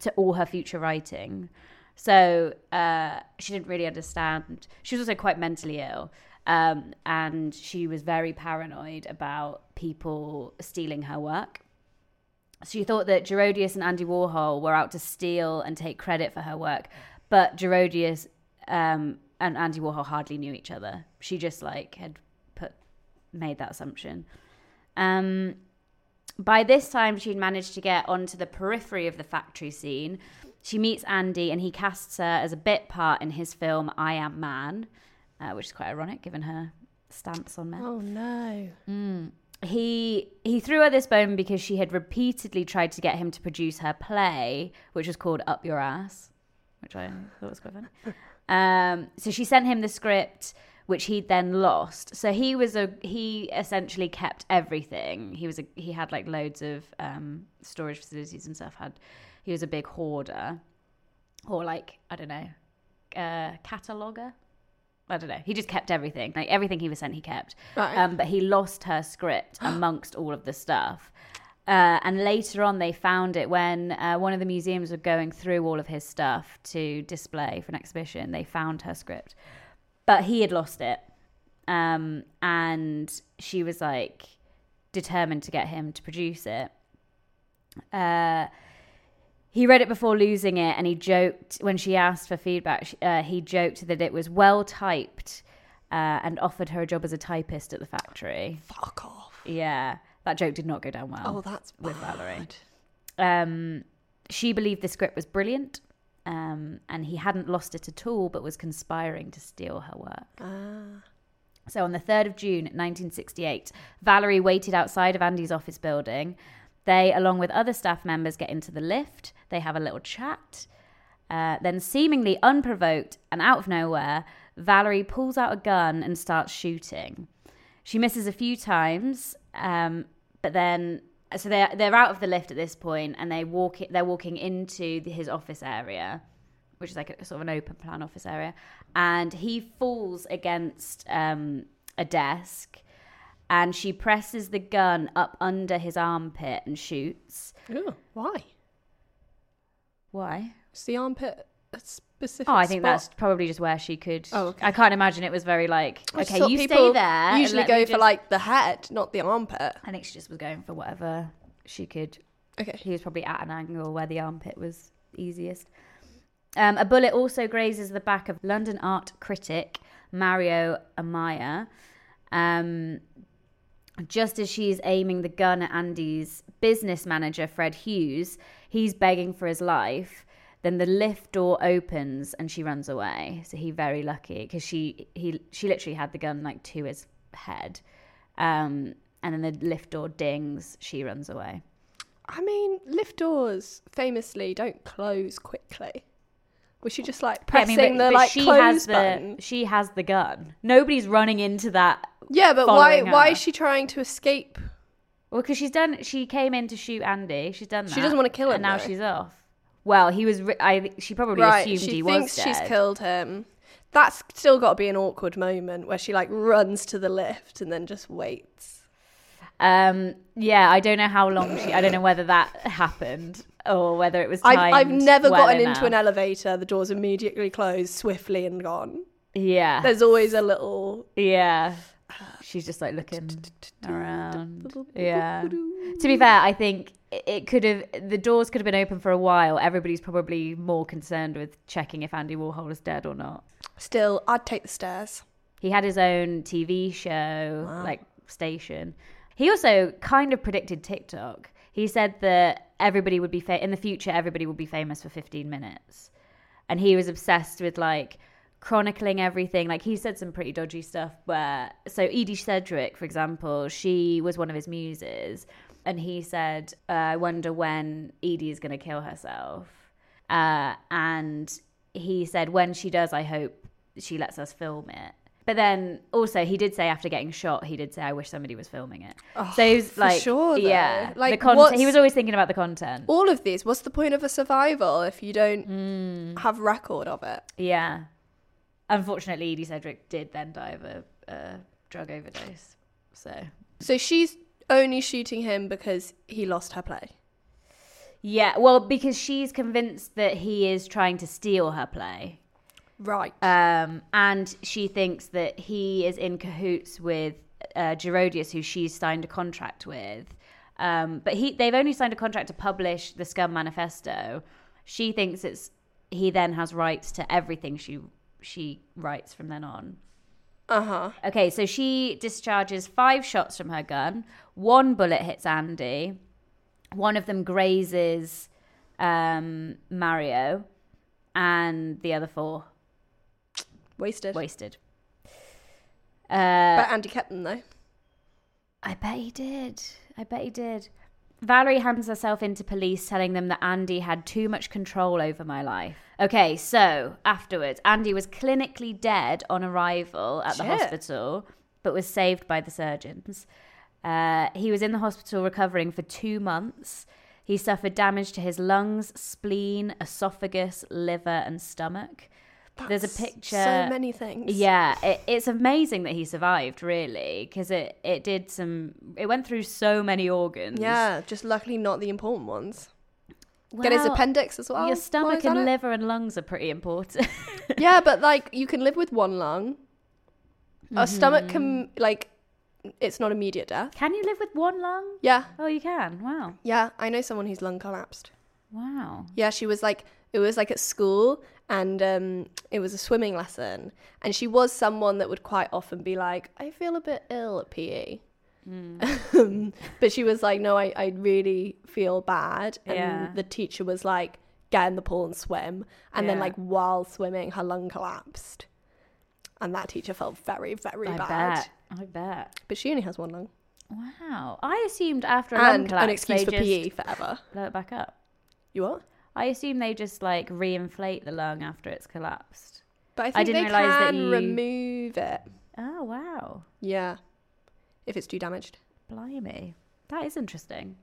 Speaker 5: to all her future writing. So uh, she didn't really understand. She was also quite mentally ill. Um, and she was very paranoid about people stealing her work. She thought that Gerodius and Andy Warhol were out to steal and take credit for her work. But Gerodius um, and Andy Warhol hardly knew each other. She just like had put made that assumption. Um, by this time, she'd managed to get onto the periphery of the factory scene. She meets Andy, and he casts her as a bit part in his film I Am Man, uh, which is quite ironic given her stance on men
Speaker 4: Oh no.
Speaker 5: he he threw her this bone because she had repeatedly tried to get him to produce her play, which was called Up Your Ass, which I thought was quite funny. Um, so she sent him the script, which he then lost. So he was a he essentially kept everything. He was a, he had like loads of um, storage facilities and stuff. Had he was a big hoarder, or like I don't know, uh, cataloger. I don't know. He just kept everything. Like everything he was sent, he kept.
Speaker 4: Right.
Speaker 5: Um, but he lost her script amongst all of the stuff. Uh, and later on, they found it when uh, one of the museums were going through all of his stuff to display for an exhibition. They found her script, but he had lost it. Um, and she was like determined to get him to produce it. Uh, he read it before losing it, and he joked when she asked for feedback. sh- Uh, he joked that it was well typed, uh, and offered her a job as a typist at the factory.
Speaker 4: Fuck off.
Speaker 5: Yeah, that joke did not go down well.
Speaker 4: Oh, that's bad.
Speaker 5: with Valerie. Um, she believed the script was brilliant, um, and he hadn't lost it at all, but was conspiring to steal her work. So on the 3rd of June 1968, Valerie waited outside of Andy's office building. They, along with other staff members, get into the lift. They have a little chat. Uh, then, seemingly unprovoked and out of nowhere, Valerie pulls out a gun and starts shooting. She misses a few times, um, but then so they're they're out of the lift at this point, and they walk they're walking into the, his office area which is like a, sort of an open plan office area, and he falls against um, a desk, uh, and she presses the gun up under his armpit and shoots.
Speaker 4: Ooh, why?
Speaker 5: Why?
Speaker 4: It's the armpit a specific.
Speaker 5: Oh, I think
Speaker 4: spot.
Speaker 5: that's probably just where she could.
Speaker 4: Oh, okay.
Speaker 5: I can't imagine it was very like,
Speaker 4: I just
Speaker 5: okay,
Speaker 4: thought
Speaker 5: you stay
Speaker 4: people
Speaker 5: there. and
Speaker 11: usually
Speaker 5: let
Speaker 11: go
Speaker 5: me
Speaker 11: for,
Speaker 5: just-
Speaker 11: like, the head, not the armpit.
Speaker 5: I think she just was going for whatever she could.
Speaker 11: Okay.
Speaker 5: He was probably at an angle where the armpit was easiest. Um, a bullet also grazes the back of London art critic Mario Amaya. Um, just as she's aiming the gun at Andy's business manager, Fred Hughes, he's begging for his life. Then the lift door opens and she runs away. So he very lucky because she he she literally had the gun like to his head, um, and then the lift door dings. She runs away.
Speaker 4: I mean, lift doors famously don't close quickly. Was she just like
Speaker 5: Yeah, I
Speaker 11: mean,
Speaker 4: pressing
Speaker 11: but-
Speaker 4: the
Speaker 5: but
Speaker 4: like
Speaker 5: she
Speaker 4: close
Speaker 5: has the
Speaker 4: button?
Speaker 5: she has the gun. Nobody's running into that.
Speaker 4: Yeah, but why?
Speaker 5: following
Speaker 4: Why
Speaker 5: her.
Speaker 4: is she trying to escape?
Speaker 5: Well, because she's done. She came in to shoot Andy. She's done.
Speaker 4: She
Speaker 5: that,
Speaker 4: doesn't wanna kill him,
Speaker 5: And now
Speaker 4: though.
Speaker 5: she's off. Well, he was. Ri- I. She probably
Speaker 4: right,
Speaker 5: assumed
Speaker 4: she
Speaker 5: he
Speaker 4: thinks
Speaker 5: was dead.
Speaker 4: she's killed him. That's still got to be an awkward moment where she like runs to the lift and then just waits.
Speaker 5: Um. Yeah. I don't know how long she. I don't know whether that happened or whether it was. Timed
Speaker 4: I've, I've never
Speaker 5: well
Speaker 4: gotten
Speaker 5: enough.
Speaker 4: into an elevator. The doors immediately close swiftly and gone.
Speaker 5: Yeah.
Speaker 4: There's always a little.
Speaker 5: Yeah. She's just like looking around. Yeah. To be fair, I think i- it could have the doors could have been open for a while. Everybody's probably more concerned with checking if Andy Warhol is dead or not.
Speaker 4: Still, I'd take the stairs.
Speaker 5: He had his own TV show, like station. He also kind of predicted TikTok. He said that everybody would be fa- in the future everybody would be famous for 15 minutes. And he was obsessed with like chronicling everything. Like he said some pretty dodgy stuff where so Edie Sedgwick, for example, she was one of his muses and he said, uh, "I wonder when Edie is going to kill herself." Uh, and he said, "When she does, I hope she lets us film it." But then also, he did say after getting shot, he did say, "I wish somebody was filming it." so he was
Speaker 4: Oh, for
Speaker 5: like,
Speaker 4: sure, though.
Speaker 5: yeah,
Speaker 4: Like,
Speaker 5: the content.
Speaker 4: what's-
Speaker 5: He was always thinking about the content.
Speaker 4: All of these. What's the point of a survival if you don't
Speaker 5: Hmm.
Speaker 4: have record of it?
Speaker 5: Yeah. Unfortunately, Edie Sedgwick did then die of a, a drug overdose. So
Speaker 4: So she's only shooting him because he lost her play.
Speaker 5: yeah, well, because she's convinced that he is trying to steal her play.
Speaker 4: Right.
Speaker 5: Um, and she thinks that he is in cahoots with uh, Gerodius, who she's signed a contract with. Um, but he, they've only signed a contract to publish the Scum Manifesto. She thinks it's he then has rights to everything she she writes from then on.
Speaker 4: Uh huh.
Speaker 5: Okay, so she discharges five shots from her gun. One bullet hits Andy. One of them grazes um, Mario, and the other four
Speaker 4: Wasted.
Speaker 5: wasted. Uh,
Speaker 4: but Andy kept them though.
Speaker 5: I bet he did. I bet he did. Valerie hands herself into police, telling them that Andy had too much control over my life. Okay, so afterwards, Andy was clinically dead on arrival at the
Speaker 4: Shit.
Speaker 5: hospital, but was saved by the surgeons. Uh, he was in the hospital recovering for two months. He suffered damage to his lungs, spleen, esophagus, liver, and stomach. There's
Speaker 4: That's
Speaker 5: a picture.
Speaker 4: So many things.
Speaker 5: Yeah, it, it's amazing that he survived, really, because it, it did some. It went through so many organs.
Speaker 4: Yeah. Just luckily not the important ones.
Speaker 5: well,
Speaker 4: Get his appendix as well.
Speaker 5: Your
Speaker 4: Why
Speaker 5: stomach
Speaker 4: is that
Speaker 5: and
Speaker 4: it?
Speaker 5: liver and lungs are pretty important.
Speaker 4: Yeah, but like you can live with one lung. A stomach can
Speaker 5: Mm-hmm.
Speaker 4: like it's not immediate death.
Speaker 5: can you live with one lung?
Speaker 4: Yeah.
Speaker 5: Oh, you can. Wow,
Speaker 4: Yeah, I know someone whose lung collapsed.
Speaker 5: wow.
Speaker 4: Yeah, she was like it was like at school and um it was a swimming lesson and she was someone that would quite often be like, I feel a bit ill at PE.
Speaker 5: Hmm.
Speaker 4: Um, but she was like, No, I, I really feel bad and
Speaker 5: Yeah.
Speaker 4: the teacher was like, Get in the pool and swim and then
Speaker 5: Yeah.
Speaker 4: like while swimming her lung collapsed. And that teacher felt very, very
Speaker 5: I
Speaker 4: bad.
Speaker 5: bet. I bet.
Speaker 4: But she only has one lung.
Speaker 5: Wow. I assumed after a lung
Speaker 4: And
Speaker 5: collapse,
Speaker 4: an excuse
Speaker 5: they
Speaker 4: for E.
Speaker 5: just
Speaker 4: PE forever.
Speaker 5: blow it back up.
Speaker 4: You what?
Speaker 5: I assume they just like reinflate the lung after it's collapsed.
Speaker 4: But I think
Speaker 5: I didn't
Speaker 4: they
Speaker 5: realise that
Speaker 4: can
Speaker 5: you-
Speaker 4: remove it.
Speaker 5: Oh wow.
Speaker 4: Yeah. If it's too damaged.
Speaker 5: Blimey. That is interesting.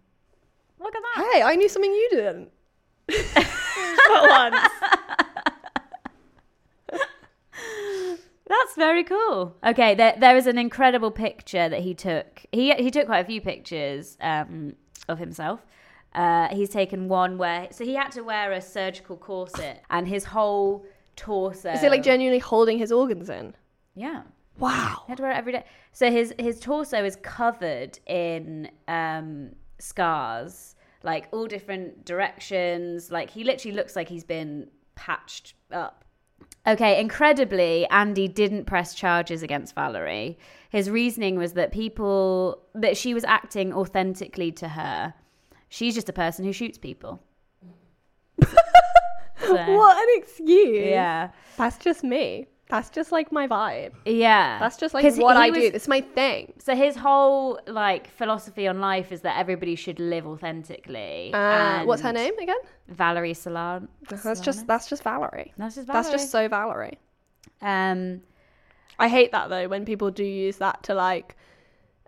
Speaker 5: Look at that.
Speaker 4: Hey, I knew something you didn't.
Speaker 5: That's very cool. Okay, there there is an incredible picture that he took. He he took quite a few pictures um, of himself. Uh, he's taken one where so he had to wear a surgical corset and his whole torso.
Speaker 4: Is it like genuinely holding his organs in?
Speaker 5: Yeah.
Speaker 4: Wow.
Speaker 5: He had to wear it every day. So his his torso is covered in um, scars, like all different directions. Like he literally looks like he's been patched up. Okay, incredibly, Andy didn't press charges against Valerie. His reasoning was that people that she was acting authentically to her. She's just a person who shoots people. So-
Speaker 4: What an excuse.
Speaker 5: uh, Yeah.
Speaker 4: That's just me. That's just like my vibe.
Speaker 5: Yeah.
Speaker 4: That's just like
Speaker 5: 'Cause he-
Speaker 4: what
Speaker 5: he
Speaker 4: I
Speaker 5: was-
Speaker 4: do. It's my thing.
Speaker 5: So his whole like philosophy on life is that everybody should live authentically.
Speaker 4: Uh, what's her
Speaker 5: and-
Speaker 4: name again?
Speaker 5: Valerie Solan.
Speaker 4: That's just that's just Valerie.
Speaker 5: That's just
Speaker 4: That's just so Valerie.
Speaker 5: Um,
Speaker 4: I hate that though when people do use that to like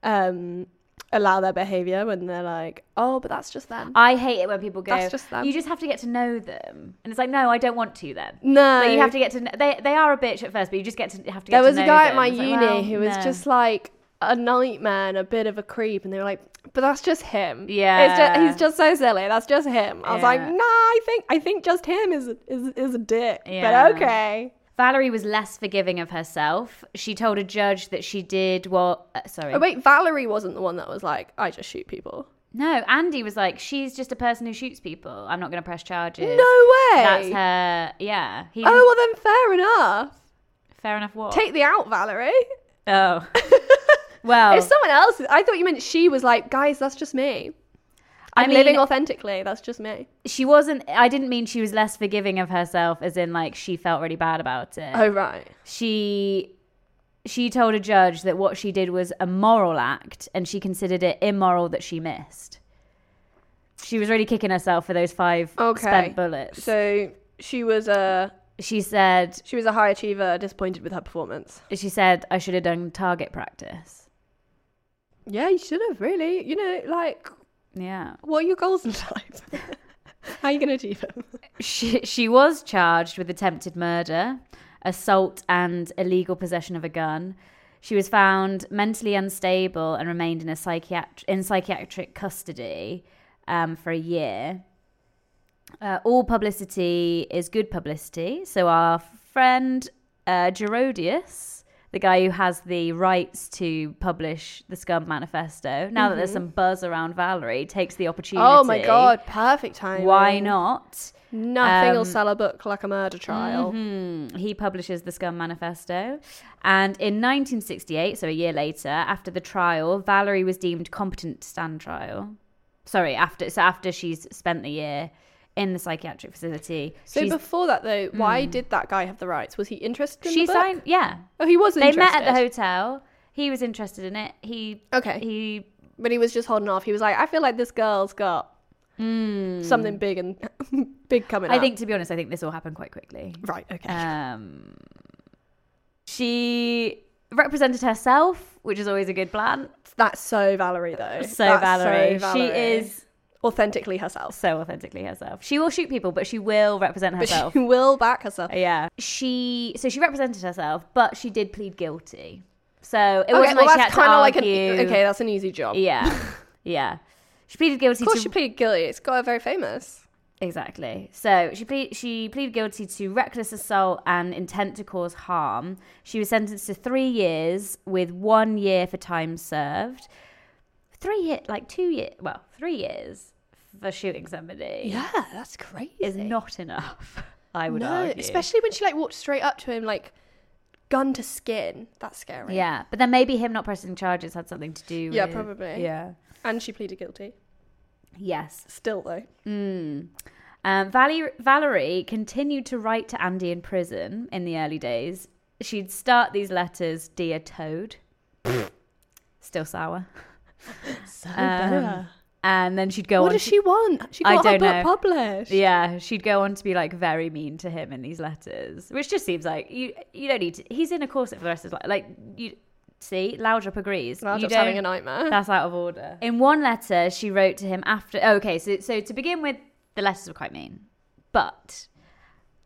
Speaker 4: um allow their behavior when they're like, "Oh, but that's just them."
Speaker 5: I hate it when people go.
Speaker 4: That's just them.
Speaker 5: You just have to get to know them, and it's like, no, I don't want to then.
Speaker 4: no.
Speaker 5: Like, you have to get to. Know, they they are a bitch at first, but you just get to have to.
Speaker 4: There
Speaker 5: Get to
Speaker 4: was a
Speaker 5: know
Speaker 4: guy at
Speaker 5: them.
Speaker 4: my
Speaker 5: It's like,
Speaker 4: uni
Speaker 5: well,
Speaker 4: who was
Speaker 5: no.
Speaker 4: just like a nightmare and a bit of a creep, and they were like, "But that's just him. it's just,
Speaker 5: Yeah.
Speaker 4: he's just so silly. That's just him." I was like,
Speaker 5: Yeah.
Speaker 4: "Nah, I think I think just him is is is a dick."
Speaker 5: Yeah.
Speaker 4: But okay.
Speaker 5: Valerie was less forgiving of herself. She told a judge that she did what. uh, sorry.
Speaker 4: Oh wait, Valerie wasn't the one that was like, "I just shoot people."
Speaker 5: No, Andy was like, she's just a person who shoots people. I'm not going to press charges.
Speaker 4: No way.
Speaker 5: That's her. Yeah. He didn't-
Speaker 4: Oh well, then fair enough.
Speaker 5: fair enough. What?
Speaker 4: Take the out, Valerie.
Speaker 5: oh. well,
Speaker 4: If someone else, I thought you meant she was like, "Guys, that's just me.
Speaker 5: I
Speaker 4: I'm
Speaker 5: mean,
Speaker 4: living authentically. That's just me."
Speaker 5: she wasn't. I didn't mean she was less forgiving of herself, as in like she felt really bad about it.
Speaker 4: Oh right.
Speaker 5: She she told a judge that what she did was a moral act, and she considered it immoral that she missed. She was really kicking herself for those five
Speaker 4: Okay.
Speaker 5: spent bullets.
Speaker 4: So she was a
Speaker 5: she said
Speaker 4: she was a high achiever, disappointed with her performance.
Speaker 5: she said I should have done target practice.
Speaker 4: Yeah, you should have really. You know, like,
Speaker 5: Yeah.
Speaker 4: what are your goals in life? How are you going to achieve them?
Speaker 5: She, she was charged with attempted murder, assault, and illegal possession of a gun. She was found mentally unstable and remained in a psychiatric in psychiatric custody um, for a year. Uh, all publicity is good publicity. So our friend uh, Gerodius, the guy who has the rights to publish the Scum Manifesto, now that there's some buzz around Valerie, takes the opportunity.
Speaker 4: Mm-hmm. Oh my god, perfect time.
Speaker 5: Why not?
Speaker 4: Nothing will
Speaker 5: Um,
Speaker 4: sell a book like a murder trial.
Speaker 5: Mhm. He publishes the Scum Manifesto. And in 1968, so a year later, after the trial, Valerie was deemed competent to stand trial. Sorry, after so after she's spent the year in the psychiatric facility.
Speaker 4: So
Speaker 5: she's- Mm.
Speaker 4: before that though, why did that guy have the rights? Was he interested in
Speaker 5: she
Speaker 4: the book?
Speaker 5: signed yeah.
Speaker 4: Oh, he was
Speaker 5: They
Speaker 4: interested.
Speaker 5: met at the hotel. He was interested in it. He
Speaker 4: Okay.
Speaker 5: He
Speaker 4: But he was just holding off. He was like, I feel like this girl's got something big and big coming
Speaker 5: Mm. I
Speaker 4: up.
Speaker 5: think to be honest, I think this all happened quite quickly.
Speaker 4: Right, okay.
Speaker 5: Um she represented herself, which is always a good plan.
Speaker 4: That's so Valerie though.
Speaker 5: So
Speaker 4: That's
Speaker 5: Valerie.
Speaker 4: Valerie.
Speaker 5: She is
Speaker 4: authentically herself.
Speaker 5: so authentically herself. She will shoot people, but she will represent
Speaker 4: But
Speaker 5: herself.
Speaker 4: she will back herself.
Speaker 5: yeah. She so she represented herself, but she did plead guilty. So it
Speaker 4: okay,
Speaker 5: wasn't
Speaker 4: well, that's
Speaker 5: like she had
Speaker 4: kind
Speaker 5: to
Speaker 4: of like an e-
Speaker 5: argue.
Speaker 4: okay. That's an easy job.
Speaker 5: yeah, yeah. She pleaded guilty
Speaker 4: Of course,
Speaker 5: to
Speaker 4: she pleaded guilty. It's got her very famous.
Speaker 5: Exactly. So she plead, she pleaded guilty to reckless assault and intent to cause harm. She was sentenced to three years with one year for time served. Three year, like two year, well, three years for shooting somebody.
Speaker 4: that's crazy.
Speaker 5: is not enough. I would
Speaker 4: no,
Speaker 5: argue,
Speaker 4: especially when she like walked straight up to him, like gun to skin. That's scary.
Speaker 5: yeah. But then maybe him not pressing charges had something to do.
Speaker 4: Yeah,
Speaker 5: with-
Speaker 4: probably.
Speaker 5: Yeah.
Speaker 4: And she pleaded guilty.
Speaker 5: Yes.
Speaker 4: Still though.
Speaker 5: Mm. Um, Valerie, Valerie continued to write to Andy in prison in the early days. She'd start these letters, Dear Toad. Still sour.
Speaker 4: So
Speaker 5: bitter. And then she'd go
Speaker 4: what
Speaker 5: on.
Speaker 4: does
Speaker 5: to-
Speaker 4: she want? She
Speaker 5: I
Speaker 4: got her
Speaker 5: don't
Speaker 4: book
Speaker 5: know.
Speaker 4: published.
Speaker 5: Yeah, she'd go on to be like very mean to him in these letters, which just seems like you you don't need to. He's in a corset for the rest of his life. Like, you see, Loudrup agrees.
Speaker 4: Now
Speaker 5: you
Speaker 4: just having
Speaker 5: don't-
Speaker 4: a nightmare.
Speaker 5: that's out of order. In one letter, she wrote oh, to him after. Okay, so so to begin with, the letters were quite mean, but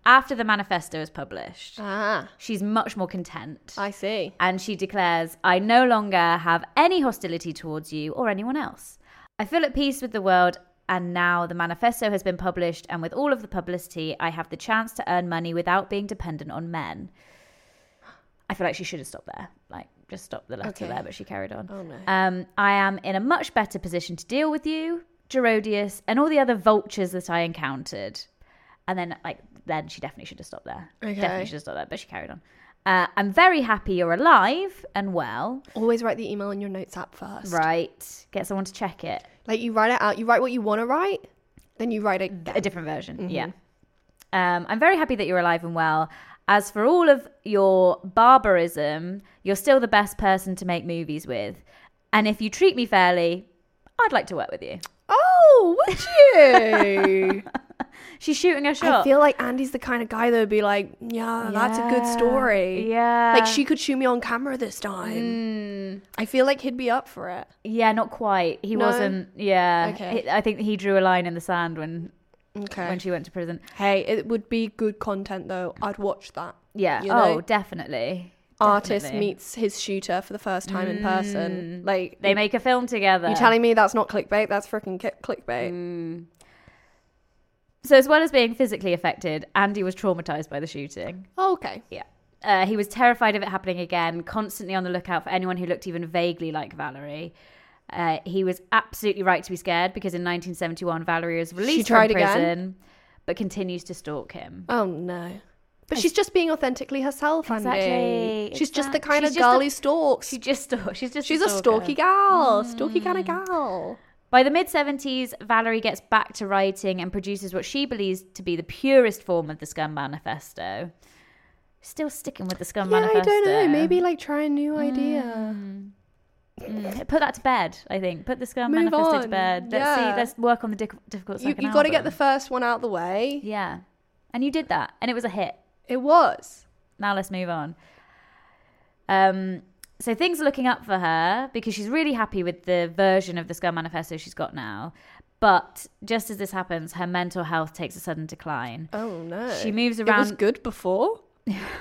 Speaker 5: after the manifesto is published,
Speaker 4: Ah.
Speaker 5: she's much more content.
Speaker 4: I see.
Speaker 5: And she declares, I no longer have any hostility towards you or anyone else. I feel at peace with the world, and now the manifesto has been published, and with all of the publicity, I have the chance to earn money without being dependent on men. I feel like she should have stopped there. Like, just stopped the letter
Speaker 4: Okay.
Speaker 5: there, but she carried on.
Speaker 4: Oh, no.
Speaker 5: Um, I am in a much better position to deal with you, Gerodius, and all the other vultures that I encountered. And then, like, then she definitely should have stopped there.
Speaker 4: Okay.
Speaker 5: Definitely should have stopped there, but she carried on. Uh, I'm very happy you're alive and well.
Speaker 4: Always write the email in your notes app first.
Speaker 5: Right. Get someone to check it.
Speaker 4: Like you write it out. You write what you want to write, then you write it.
Speaker 5: A different version.
Speaker 4: Mm-hmm.
Speaker 5: Yeah. Um, I'm very happy that you're alive and well. As for all of your barbarism, you're still the best person to make movies with. And if you treat me fairly, I'd like to work with you.
Speaker 4: Oh, would you?
Speaker 5: She's shooting her shot.
Speaker 4: I feel like Andy's the kind of guy that would be like, yeah, that's a good
Speaker 5: Yeah.
Speaker 4: story.
Speaker 5: Yeah. Mm.
Speaker 4: Like she could shoot me on camera this time. I feel like he'd be up for it.
Speaker 5: Yeah, not quite. He
Speaker 4: No?
Speaker 5: wasn't. Yeah.
Speaker 4: Okay.
Speaker 5: He- I think he drew a line in the sand when
Speaker 4: Okay.
Speaker 5: when she went to prison.
Speaker 4: hey, it would be good content though. I'd watch that.
Speaker 5: Yeah.
Speaker 4: You
Speaker 5: oh,
Speaker 4: know?
Speaker 5: definitely.
Speaker 4: Artist
Speaker 5: Definitely.
Speaker 4: meets his shooter for the first time in person. Like
Speaker 5: Mm. They make a film together.
Speaker 4: you telling me that's not clickbait? That's freaking ki- clickbait.
Speaker 5: Mm. So, as well as being physically affected, Andy was traumatized by the shooting.
Speaker 4: Oh, Okay.
Speaker 5: Yeah. Uh, he was terrified of it happening again, constantly on the lookout for anyone who looked even vaguely like Valerie. Uh, he was absolutely right to be scared because in 1971, Valerie was released
Speaker 4: tried
Speaker 5: from
Speaker 4: again?
Speaker 5: prison, but continues to stalk him.
Speaker 4: Oh no. But she's just being authentically herself, Andy.
Speaker 5: Exactly,
Speaker 4: She's just the
Speaker 5: exact-
Speaker 4: kind
Speaker 5: she's
Speaker 4: of
Speaker 5: just
Speaker 4: girl
Speaker 5: a-
Speaker 4: who stalks.
Speaker 5: She just stalk. She's just
Speaker 4: she's a
Speaker 5: stalker. Mm.
Speaker 4: stalky gal, stalky kind of gal.
Speaker 5: By the mid 70s, Valerie gets back to writing and produces what she believes to be the purest form of the Scum Manifesto. Still sticking with the Scum
Speaker 4: Yeah, I
Speaker 5: Manifesto.
Speaker 4: don't know. Maybe like try a new idea.
Speaker 5: Mm, put that to bed. I think put the Scum
Speaker 4: Move
Speaker 5: Manifesto to
Speaker 4: on.
Speaker 5: bed. Let's
Speaker 4: Yeah.
Speaker 5: see. Let's work on the dic- difficult.
Speaker 4: You,
Speaker 5: Second
Speaker 4: you got to get the
Speaker 5: album.
Speaker 4: first one out of the way.
Speaker 5: yeah, and you did that, and it was a hit.
Speaker 4: It was.
Speaker 5: Now let's move on. Um, so things are looking up for her because she's really happy with the version of the Scum Manifesto she's got now. But just as this happens, her mental health takes a sudden decline.
Speaker 4: Oh no.
Speaker 5: She moves
Speaker 4: It was
Speaker 5: around-
Speaker 4: good before.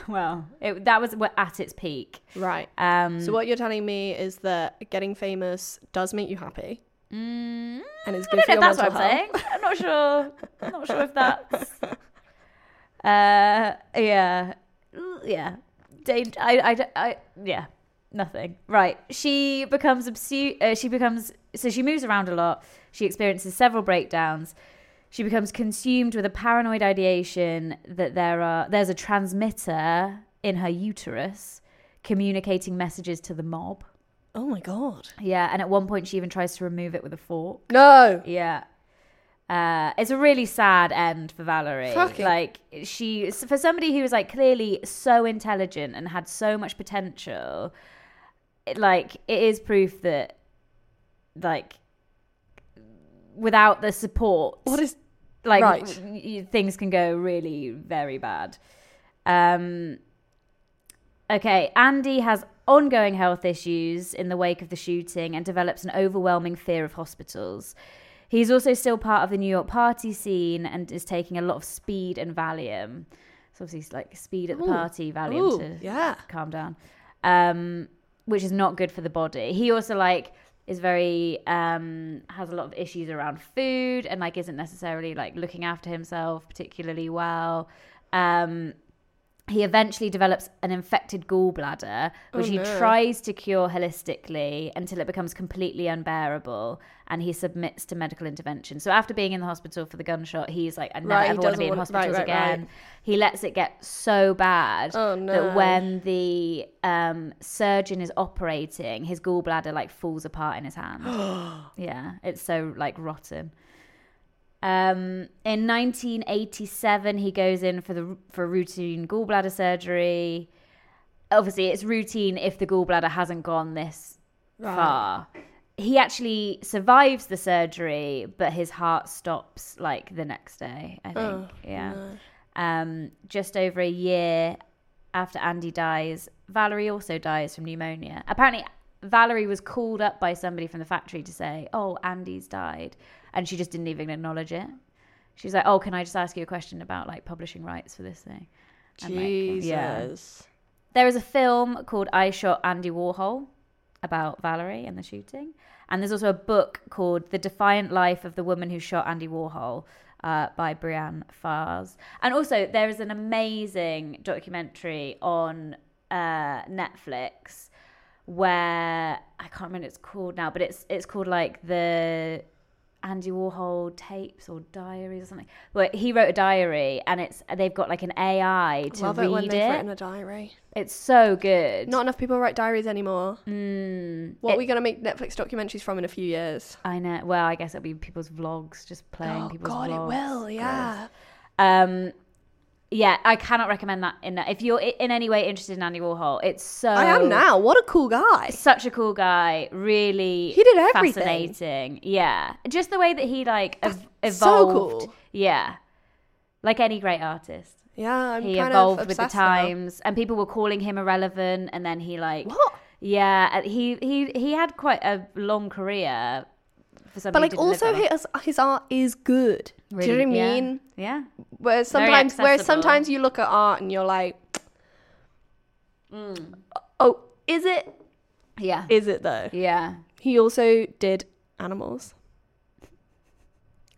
Speaker 5: Well, it, that was we're at its peak.
Speaker 4: Right.
Speaker 5: Um,
Speaker 4: so what you're telling me is that getting famous does make you happy. and it's
Speaker 5: Mm, I
Speaker 4: good
Speaker 5: don't
Speaker 4: for
Speaker 5: know if
Speaker 4: your
Speaker 5: that's what
Speaker 4: mental
Speaker 5: I'm
Speaker 4: health.
Speaker 5: saying. I'm not sure. I'm not sure if that's. Uh, yeah, L- yeah. Dan- I, I, d- I- yeah. Nothing. Right. She becomes obsessed. Uh, she becomes so she moves around a lot. She experiences several breakdowns. She becomes consumed with a paranoid ideation that there are there's a transmitter in her uterus communicating messages to the mob.
Speaker 4: Oh my god.
Speaker 5: Yeah, and at one point she even tries to remove it with a fork.
Speaker 4: No.
Speaker 5: Yeah. Uh, it's a really sad end for Valerie.
Speaker 4: Fucking-
Speaker 5: Like she, for somebody who was like clearly so intelligent and had so much potential, it, like it is proof that, like, without the support,
Speaker 4: What is
Speaker 5: like
Speaker 4: right.
Speaker 5: w- y- things can go really very bad. Um, okay, Andy has ongoing health issues in the wake of the shooting and develops an overwhelming fear of hospitals. He's also still part of the New York party scene and is taking a lot of speed and Valium. So obviously, it's like speed at the
Speaker 4: Ooh.
Speaker 5: party, Valium
Speaker 4: Ooh,
Speaker 5: to
Speaker 4: yeah.
Speaker 5: calm down, um, which is not good for the body. He also like is very um, has a lot of issues around food and like isn't necessarily like looking after himself particularly well. Um, he eventually develops an infected gallbladder,
Speaker 4: Oh,
Speaker 5: which he tries to cure holistically until it becomes completely unbearable, and he submits to medical intervention. So after being in the hospital for the gunshot, he's like, "I never
Speaker 4: Right, he
Speaker 5: ever want to
Speaker 4: doesn't
Speaker 5: be in
Speaker 4: want- right,
Speaker 5: hospitals
Speaker 4: right, right.
Speaker 5: again." He lets it get so bad
Speaker 4: Oh, no.
Speaker 5: that when the um, surgeon is operating, his gallbladder like falls apart in his hand. yeah, it's so like rotten. Um, in 1987, he goes in for the for routine gallbladder surgery. Obviously, it's routine if the gallbladder hasn't gone this far. He actually survives the surgery, but his heart stops like the next day. I think,
Speaker 4: Oh,
Speaker 5: yeah. Um, just over a year after Andy dies, Valerie also dies from pneumonia. Apparently, Valerie was called up by somebody from the factory to say, "Oh, Andy's died," and she just didn't even acknowledge it. she's like, "Oh, can I just ask you a question about like publishing rights for this thing?" I'm like, yeah.
Speaker 4: Jesus.
Speaker 5: There is a film called I Shot Andy Warhol about Valerie and the shooting. And there's also a book called The Defiant Life of the Woman Who Shot Andy Warhol uh, by Brianne Fars. And also, there is an amazing documentary on uh, Netflix where I can't remember what it's called now, but it's it's called like the Andy Warhol tapes or diaries or something. But he wrote a diary, and it's they've got like an AI to
Speaker 4: Love
Speaker 5: read
Speaker 4: it when they've
Speaker 5: it.
Speaker 4: written a diary.
Speaker 5: It's so good.
Speaker 4: Not enough people write diaries anymore.
Speaker 5: Mm,
Speaker 4: What
Speaker 5: it-
Speaker 4: are we going to make Netflix documentaries from in a few years?
Speaker 5: I know. Well, I guess it'll be people's vlogs, just playing
Speaker 4: Oh,
Speaker 5: people's
Speaker 4: God, it
Speaker 5: vlogs.
Speaker 4: will, yeah.
Speaker 5: Um, yeah, I cannot recommend that. In if you're i- in any way interested in Andy Warhol, it's so.
Speaker 4: I am now. What a cool guy.
Speaker 5: Such a cool guy. Really.
Speaker 4: He did everything.
Speaker 5: Fascinating. Yeah, just the way that he like ev-
Speaker 4: That's so
Speaker 5: evolved.
Speaker 4: cool.
Speaker 5: Yeah, like any great artist.
Speaker 4: Yeah, I'm
Speaker 5: he
Speaker 4: kind
Speaker 5: evolved
Speaker 4: of
Speaker 5: with the
Speaker 4: obsessed now.
Speaker 5: times, and people were calling him irrelevant, and then he like
Speaker 4: What?
Speaker 5: Yeah, and he he he had quite a long career for something.
Speaker 4: But like, also his his art is good. Do you know what I mean?
Speaker 5: Yeah.
Speaker 4: Where sometimes where sometimes you look at art and you're like, oh, is it?
Speaker 5: Yeah.
Speaker 4: Is it though?
Speaker 5: Mm. yeah.
Speaker 4: He also did animals.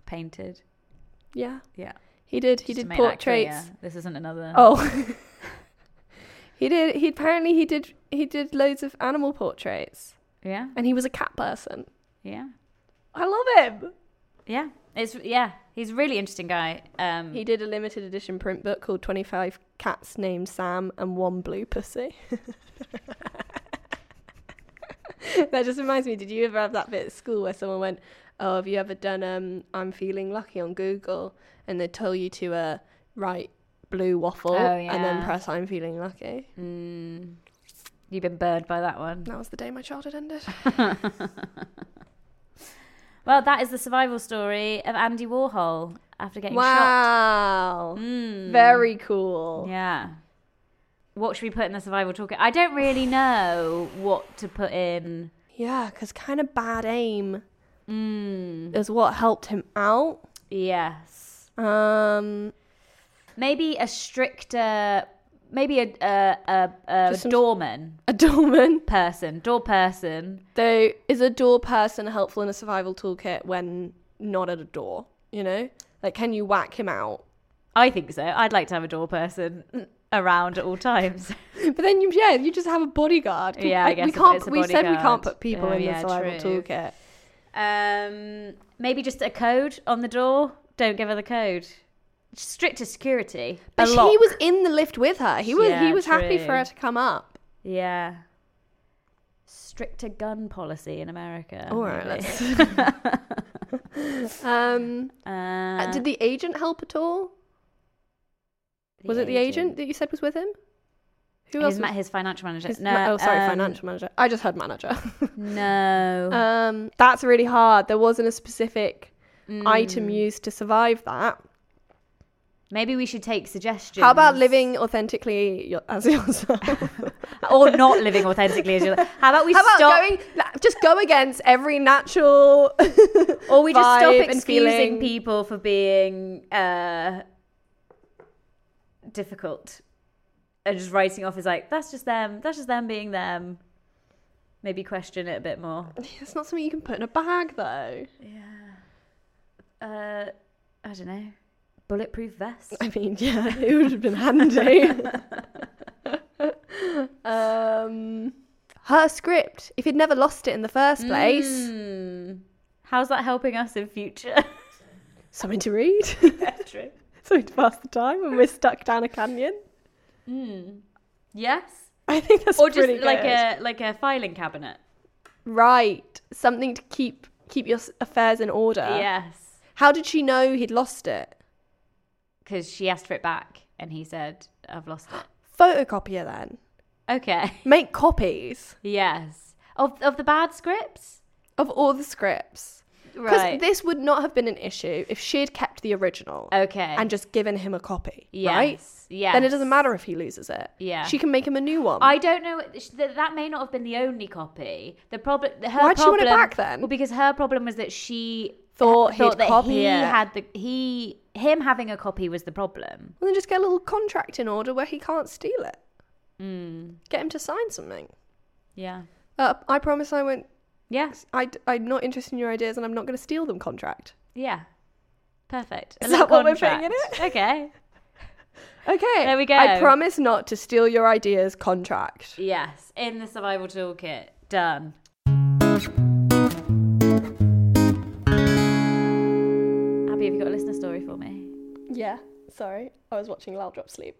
Speaker 5: Painted.
Speaker 4: Yeah,
Speaker 5: Yeah.
Speaker 4: he did. He
Speaker 5: Just
Speaker 4: did
Speaker 5: to make that clear,
Speaker 4: portraits.
Speaker 5: This isn't another.
Speaker 4: Oh. he did. He apparently he did. He did loads of animal portraits,
Speaker 5: Yeah.
Speaker 4: and he was a cat person.
Speaker 5: Yeah.
Speaker 4: I love him.
Speaker 5: Yeah. It's yeah. He's a really interesting guy. Um.
Speaker 4: He did a limited edition print book called 25 Cats Named Sam and One Blue Pussy. that just reminds me, did you ever have that bit at school where someone went, Oh, have you ever done um, I'm Feeling Lucky on Google? And they tell you to uh, write blue waffle
Speaker 5: Oh,
Speaker 4: and
Speaker 5: yeah.
Speaker 4: then press I'm Feeling Lucky.
Speaker 5: mm, you've been burned by that one.
Speaker 4: That was the day my childhood ended.
Speaker 5: Well, that is the survival story of Andy Warhol after getting shot.
Speaker 4: wow. Very cool.
Speaker 5: Hmm. Yeah. What should we put in the survival toolkit? I don't really know what to put in.
Speaker 4: Yeah, because kind of bad aim
Speaker 5: Mm,
Speaker 4: is what helped him out.
Speaker 5: yes.
Speaker 4: Um,
Speaker 5: Maybe a stricter, maybe a a, a, a
Speaker 4: Just some-
Speaker 5: doorman
Speaker 4: a doorman.
Speaker 5: person, door person.
Speaker 4: Though, is a door person helpful in a survival toolkit when not at a door? You know, like can you whack him out?
Speaker 5: I think so. I'd like to have a door person around at all times.
Speaker 4: But then you, yeah, you just have a bodyguard. Can-
Speaker 5: Yeah, I guess
Speaker 4: we
Speaker 5: if
Speaker 4: can't.
Speaker 5: it's a
Speaker 4: We said we can't
Speaker 5: bodyguard.
Speaker 4: put people
Speaker 5: Oh,
Speaker 4: in
Speaker 5: yeah,
Speaker 4: the survival
Speaker 5: true.
Speaker 4: toolkit.
Speaker 5: um, maybe just a code on the door. Don't give her the code. Stricter security. A
Speaker 4: But she
Speaker 5: lock.
Speaker 4: was in the lift with her. He was.
Speaker 5: Yeah,
Speaker 4: he was happy for
Speaker 5: true.
Speaker 4: her to come up.
Speaker 5: Yeah. Stricter gun policy in America.
Speaker 4: All right,
Speaker 5: maybe.
Speaker 4: Um,
Speaker 5: Uh,
Speaker 4: did the agent help at all? was it the agent that you said was with him? Who
Speaker 5: Who
Speaker 4: else?
Speaker 5: his,
Speaker 4: was-
Speaker 5: ma- his financial manager.
Speaker 4: his
Speaker 5: no,
Speaker 4: ma- oh, sorry,
Speaker 5: um,
Speaker 4: financial manager. I just heard manager.
Speaker 5: No.
Speaker 4: Um, that's really hard. There wasn't a specific item used to survive that.
Speaker 5: Maybe we should take suggestions.
Speaker 4: How about living authentically your- as yourself?
Speaker 5: or not living authentically? As you like. How about we
Speaker 4: How about
Speaker 5: stop?
Speaker 4: going just go against every natural?
Speaker 5: or we just stop
Speaker 4: vibe and
Speaker 5: excusing
Speaker 4: feeling?
Speaker 5: people for being uh, difficult and just writing off as like that's just them. That's just them being them. Maybe question it a bit more.
Speaker 4: it's not something you can put in a bag, though.
Speaker 5: Uh, I don't know. Bulletproof vest.
Speaker 4: I mean, yeah, it would have been handy. um, her script. If you'd never lost it in the first place,
Speaker 5: Mm. How's that helping us in future?
Speaker 4: something to read,
Speaker 5: True.
Speaker 4: something to pass the time when we're stuck down a canyon.
Speaker 5: Mm. Yes.
Speaker 4: I think that's
Speaker 5: Or just
Speaker 4: pretty
Speaker 5: like
Speaker 4: good.
Speaker 5: a like a filing cabinet.
Speaker 4: Right. Something to keep keep your s- affairs in order.
Speaker 5: Yes.
Speaker 4: How did she know he'd lost it?
Speaker 5: Because she asked for it back, and he said, "I've lost it."
Speaker 4: Photocopier then.
Speaker 5: Okay.
Speaker 4: Make copies
Speaker 5: yes. Of of the bad scripts.
Speaker 4: of all the scripts. Because
Speaker 5: Right.
Speaker 4: this would not have been an issue if she had kept the original
Speaker 5: okay.
Speaker 4: and just given him a copy.
Speaker 5: yes.
Speaker 4: Right?
Speaker 5: Yes.
Speaker 4: Then it doesn't matter if he loses it.
Speaker 5: Yeah.
Speaker 4: She can make him a new one.
Speaker 5: I don't know. sh- that- That may not have been the only copy. The problem. Her
Speaker 4: Why'd she want it
Speaker 5: problem-
Speaker 4: back then?
Speaker 5: Well, because her problem was that she
Speaker 11: thought,
Speaker 5: thought
Speaker 11: he'd
Speaker 5: that
Speaker 11: copy
Speaker 5: he
Speaker 11: it.
Speaker 5: had the he him having a copy was the problem.
Speaker 4: Well, then just get a little contract in order where he can't steal it.
Speaker 5: Mm.
Speaker 4: Get him to sign something.
Speaker 5: Yeah.
Speaker 4: Uh, I promise I won't.
Speaker 5: Yes.
Speaker 4: I, am not interested in your ideas and I'm not going to steal them contract.
Speaker 5: Yeah. Perfect. A
Speaker 4: Is
Speaker 5: little
Speaker 4: that what we're putting in
Speaker 5: contract. Okay.
Speaker 4: Okay.
Speaker 5: There we go.
Speaker 4: I promise not to steal your ideas contract.
Speaker 5: Yes. In the survival toolkit. Done. Abby, have you got a listener story for me?
Speaker 4: Yeah, sorry. I was watching Lal Drop Sleep.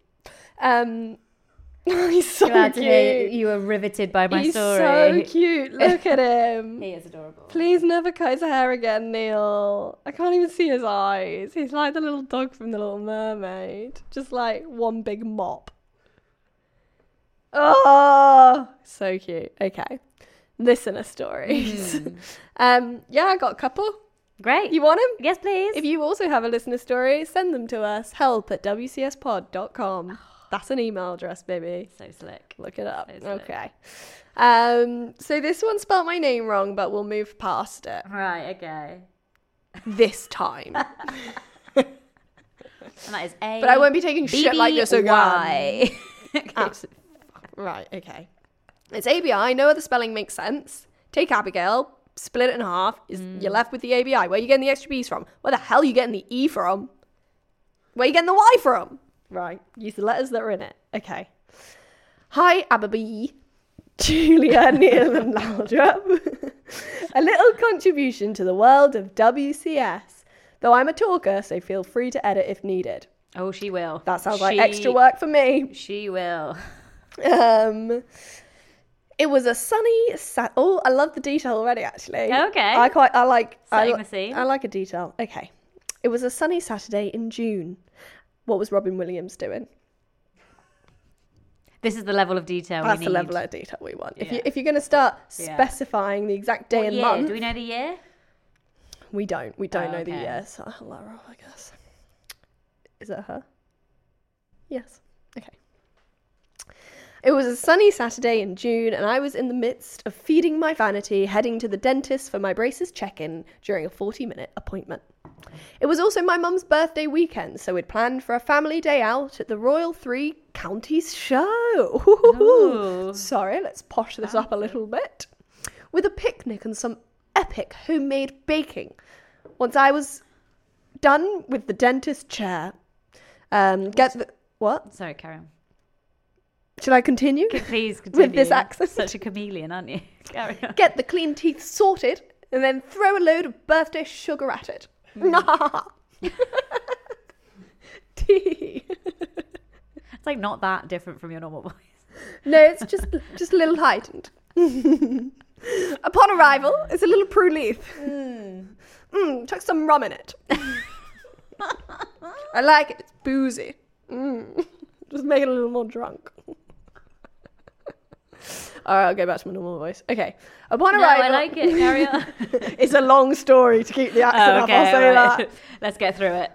Speaker 4: Um, he's so
Speaker 5: Glad to
Speaker 4: cute.
Speaker 5: hear you were riveted by my
Speaker 4: he's
Speaker 5: story.
Speaker 4: so cute. Look at him.
Speaker 5: He is adorable.
Speaker 4: Please never cut his hair again, Neil. I can't even see his eyes. He's like the little dog from The Little Mermaid. Just like one big mop. Oh, so cute. Okay. Listener stories.
Speaker 5: Hmm.
Speaker 4: um, yeah, I got a couple.
Speaker 5: Great.
Speaker 4: You want him?
Speaker 5: yes, please.
Speaker 4: If you also have a listener story, send them to us. Help at wcspod.com. That's an email address, baby.
Speaker 5: so slick.
Speaker 4: Look it up.
Speaker 5: Is it?
Speaker 4: Okay. Um, so this one spelt my name wrong, but we'll move past it
Speaker 5: Right. Okay.
Speaker 4: this time.
Speaker 5: And that is A.
Speaker 4: But I won't be taking shit like this again.
Speaker 5: BBY.
Speaker 4: Absolutely. Right, okay. Ah. It's ABI. No other spelling makes sense. Take Abigail, split it in half. Is You're left with the ABI. Where are you getting the extra B's from? Where the hell are you getting the E from? Where are you getting the Y from? Right, use the letters that are in it. Okay. Hi, Ababi. Julia, Neil, and Laudrup. a little contribution to the world of WCS. Though I'm a talker, so feel free to edit if needed.
Speaker 5: Oh, she will.
Speaker 4: That sounds like
Speaker 5: She-
Speaker 4: extra work for me.
Speaker 5: She will.
Speaker 4: Um, it was a sunny. Sa- oh, I love the detail already. Actually,
Speaker 5: Okay.
Speaker 4: I quite. I like. I,
Speaker 5: Setting
Speaker 4: li-
Speaker 5: the scene.
Speaker 4: I like a detail. Okay, it was a sunny Saturday in June. What was Robin Williams doing?
Speaker 5: This is the level of detail
Speaker 4: That's
Speaker 5: we need.
Speaker 4: the level of detail we want. If you
Speaker 5: Yeah.
Speaker 4: if you're going to start
Speaker 5: Yeah.
Speaker 4: specifying the exact day
Speaker 5: What
Speaker 4: and
Speaker 5: year?
Speaker 4: month,
Speaker 5: Do we know the year?
Speaker 4: we don't. We don't
Speaker 5: Oh,
Speaker 4: know the
Speaker 5: okay.
Speaker 4: year. So Lara, I guess. Is that her? Yes. Okay. It was a sunny Saturday in June, and I was in the midst of feeding my vanity, heading to the dentist for my braces check in during a 40 minute appointment. It was also my mum's birthday weekend, so we'd planned for a family day out at the Royal Three Counties show.
Speaker 5: Ooh.
Speaker 4: Sorry, let's posh this up a little bit. With a picnic and some epic homemade baking. Once I was done with the dentist chair, um, get the. What?
Speaker 5: Sorry, carry on.
Speaker 4: Shall I continue?
Speaker 5: Please continue.
Speaker 4: With this accent.
Speaker 5: Such a chameleon, aren't you? Carry on.
Speaker 4: get the clean teeth sorted, and then throw a load of birthday sugar at it.
Speaker 5: Mm.
Speaker 4: Tea.
Speaker 5: It's like not that different from your normal voice.
Speaker 4: no, it's just just a little heightened. Upon arrival, it's a little prune leaf. Mm, chuck some rum in it. I like it. It's boozy. Mm. Just make it a little more drunk. All right, I'll go back to my normal voice. Okay. Upon
Speaker 5: No,
Speaker 4: arrival,
Speaker 5: I like it. Carry on.
Speaker 4: it's a long story to keep the accent
Speaker 5: Oh,
Speaker 4: up. I'll say
Speaker 5: all right.
Speaker 4: that.
Speaker 5: Let's get through it.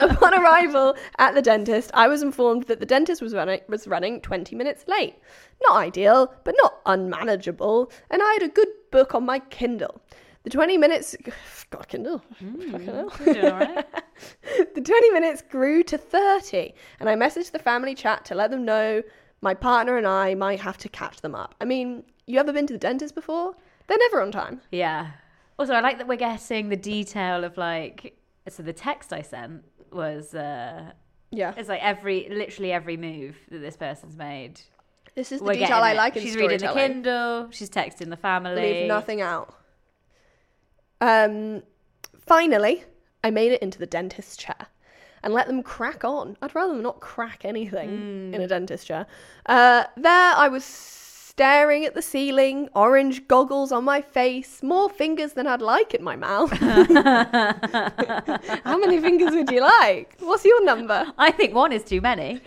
Speaker 4: Upon arrival at the dentist, I was informed that the dentist was running was running 20 minutes late. Not ideal, but not unmanageable, and I had a good book on my Kindle. The 20 minutes God, Kindle.
Speaker 5: Hmm.
Speaker 4: Fucking hell.
Speaker 5: You're doing all right.
Speaker 4: the 20 minutes grew to 30, and I messaged the family chat to let them know my partner and I might have to catch them up. I mean, you ever been to the dentist before? They're never on time.
Speaker 5: Yeah. Also, I like that we're getting the detail of like. So the text I sent was uh
Speaker 4: Yeah.
Speaker 5: it's like every literally every move that this person's made.
Speaker 4: This is the
Speaker 5: We're
Speaker 4: detail
Speaker 5: getting
Speaker 4: I
Speaker 5: it.
Speaker 4: like in
Speaker 5: She's reading the
Speaker 4: storytelling.
Speaker 5: Kindle. She's texting the family.
Speaker 4: Leave nothing out. Um, finally, I made it into the dentist's chair and let them crack on. I'd rather them not crack anything in a dentist chair. Uh, there, I was staring at the ceiling, orange goggles on my face, more fingers than I'd like in my mouth. How many fingers would you like? What's your number?
Speaker 5: I think one is too many.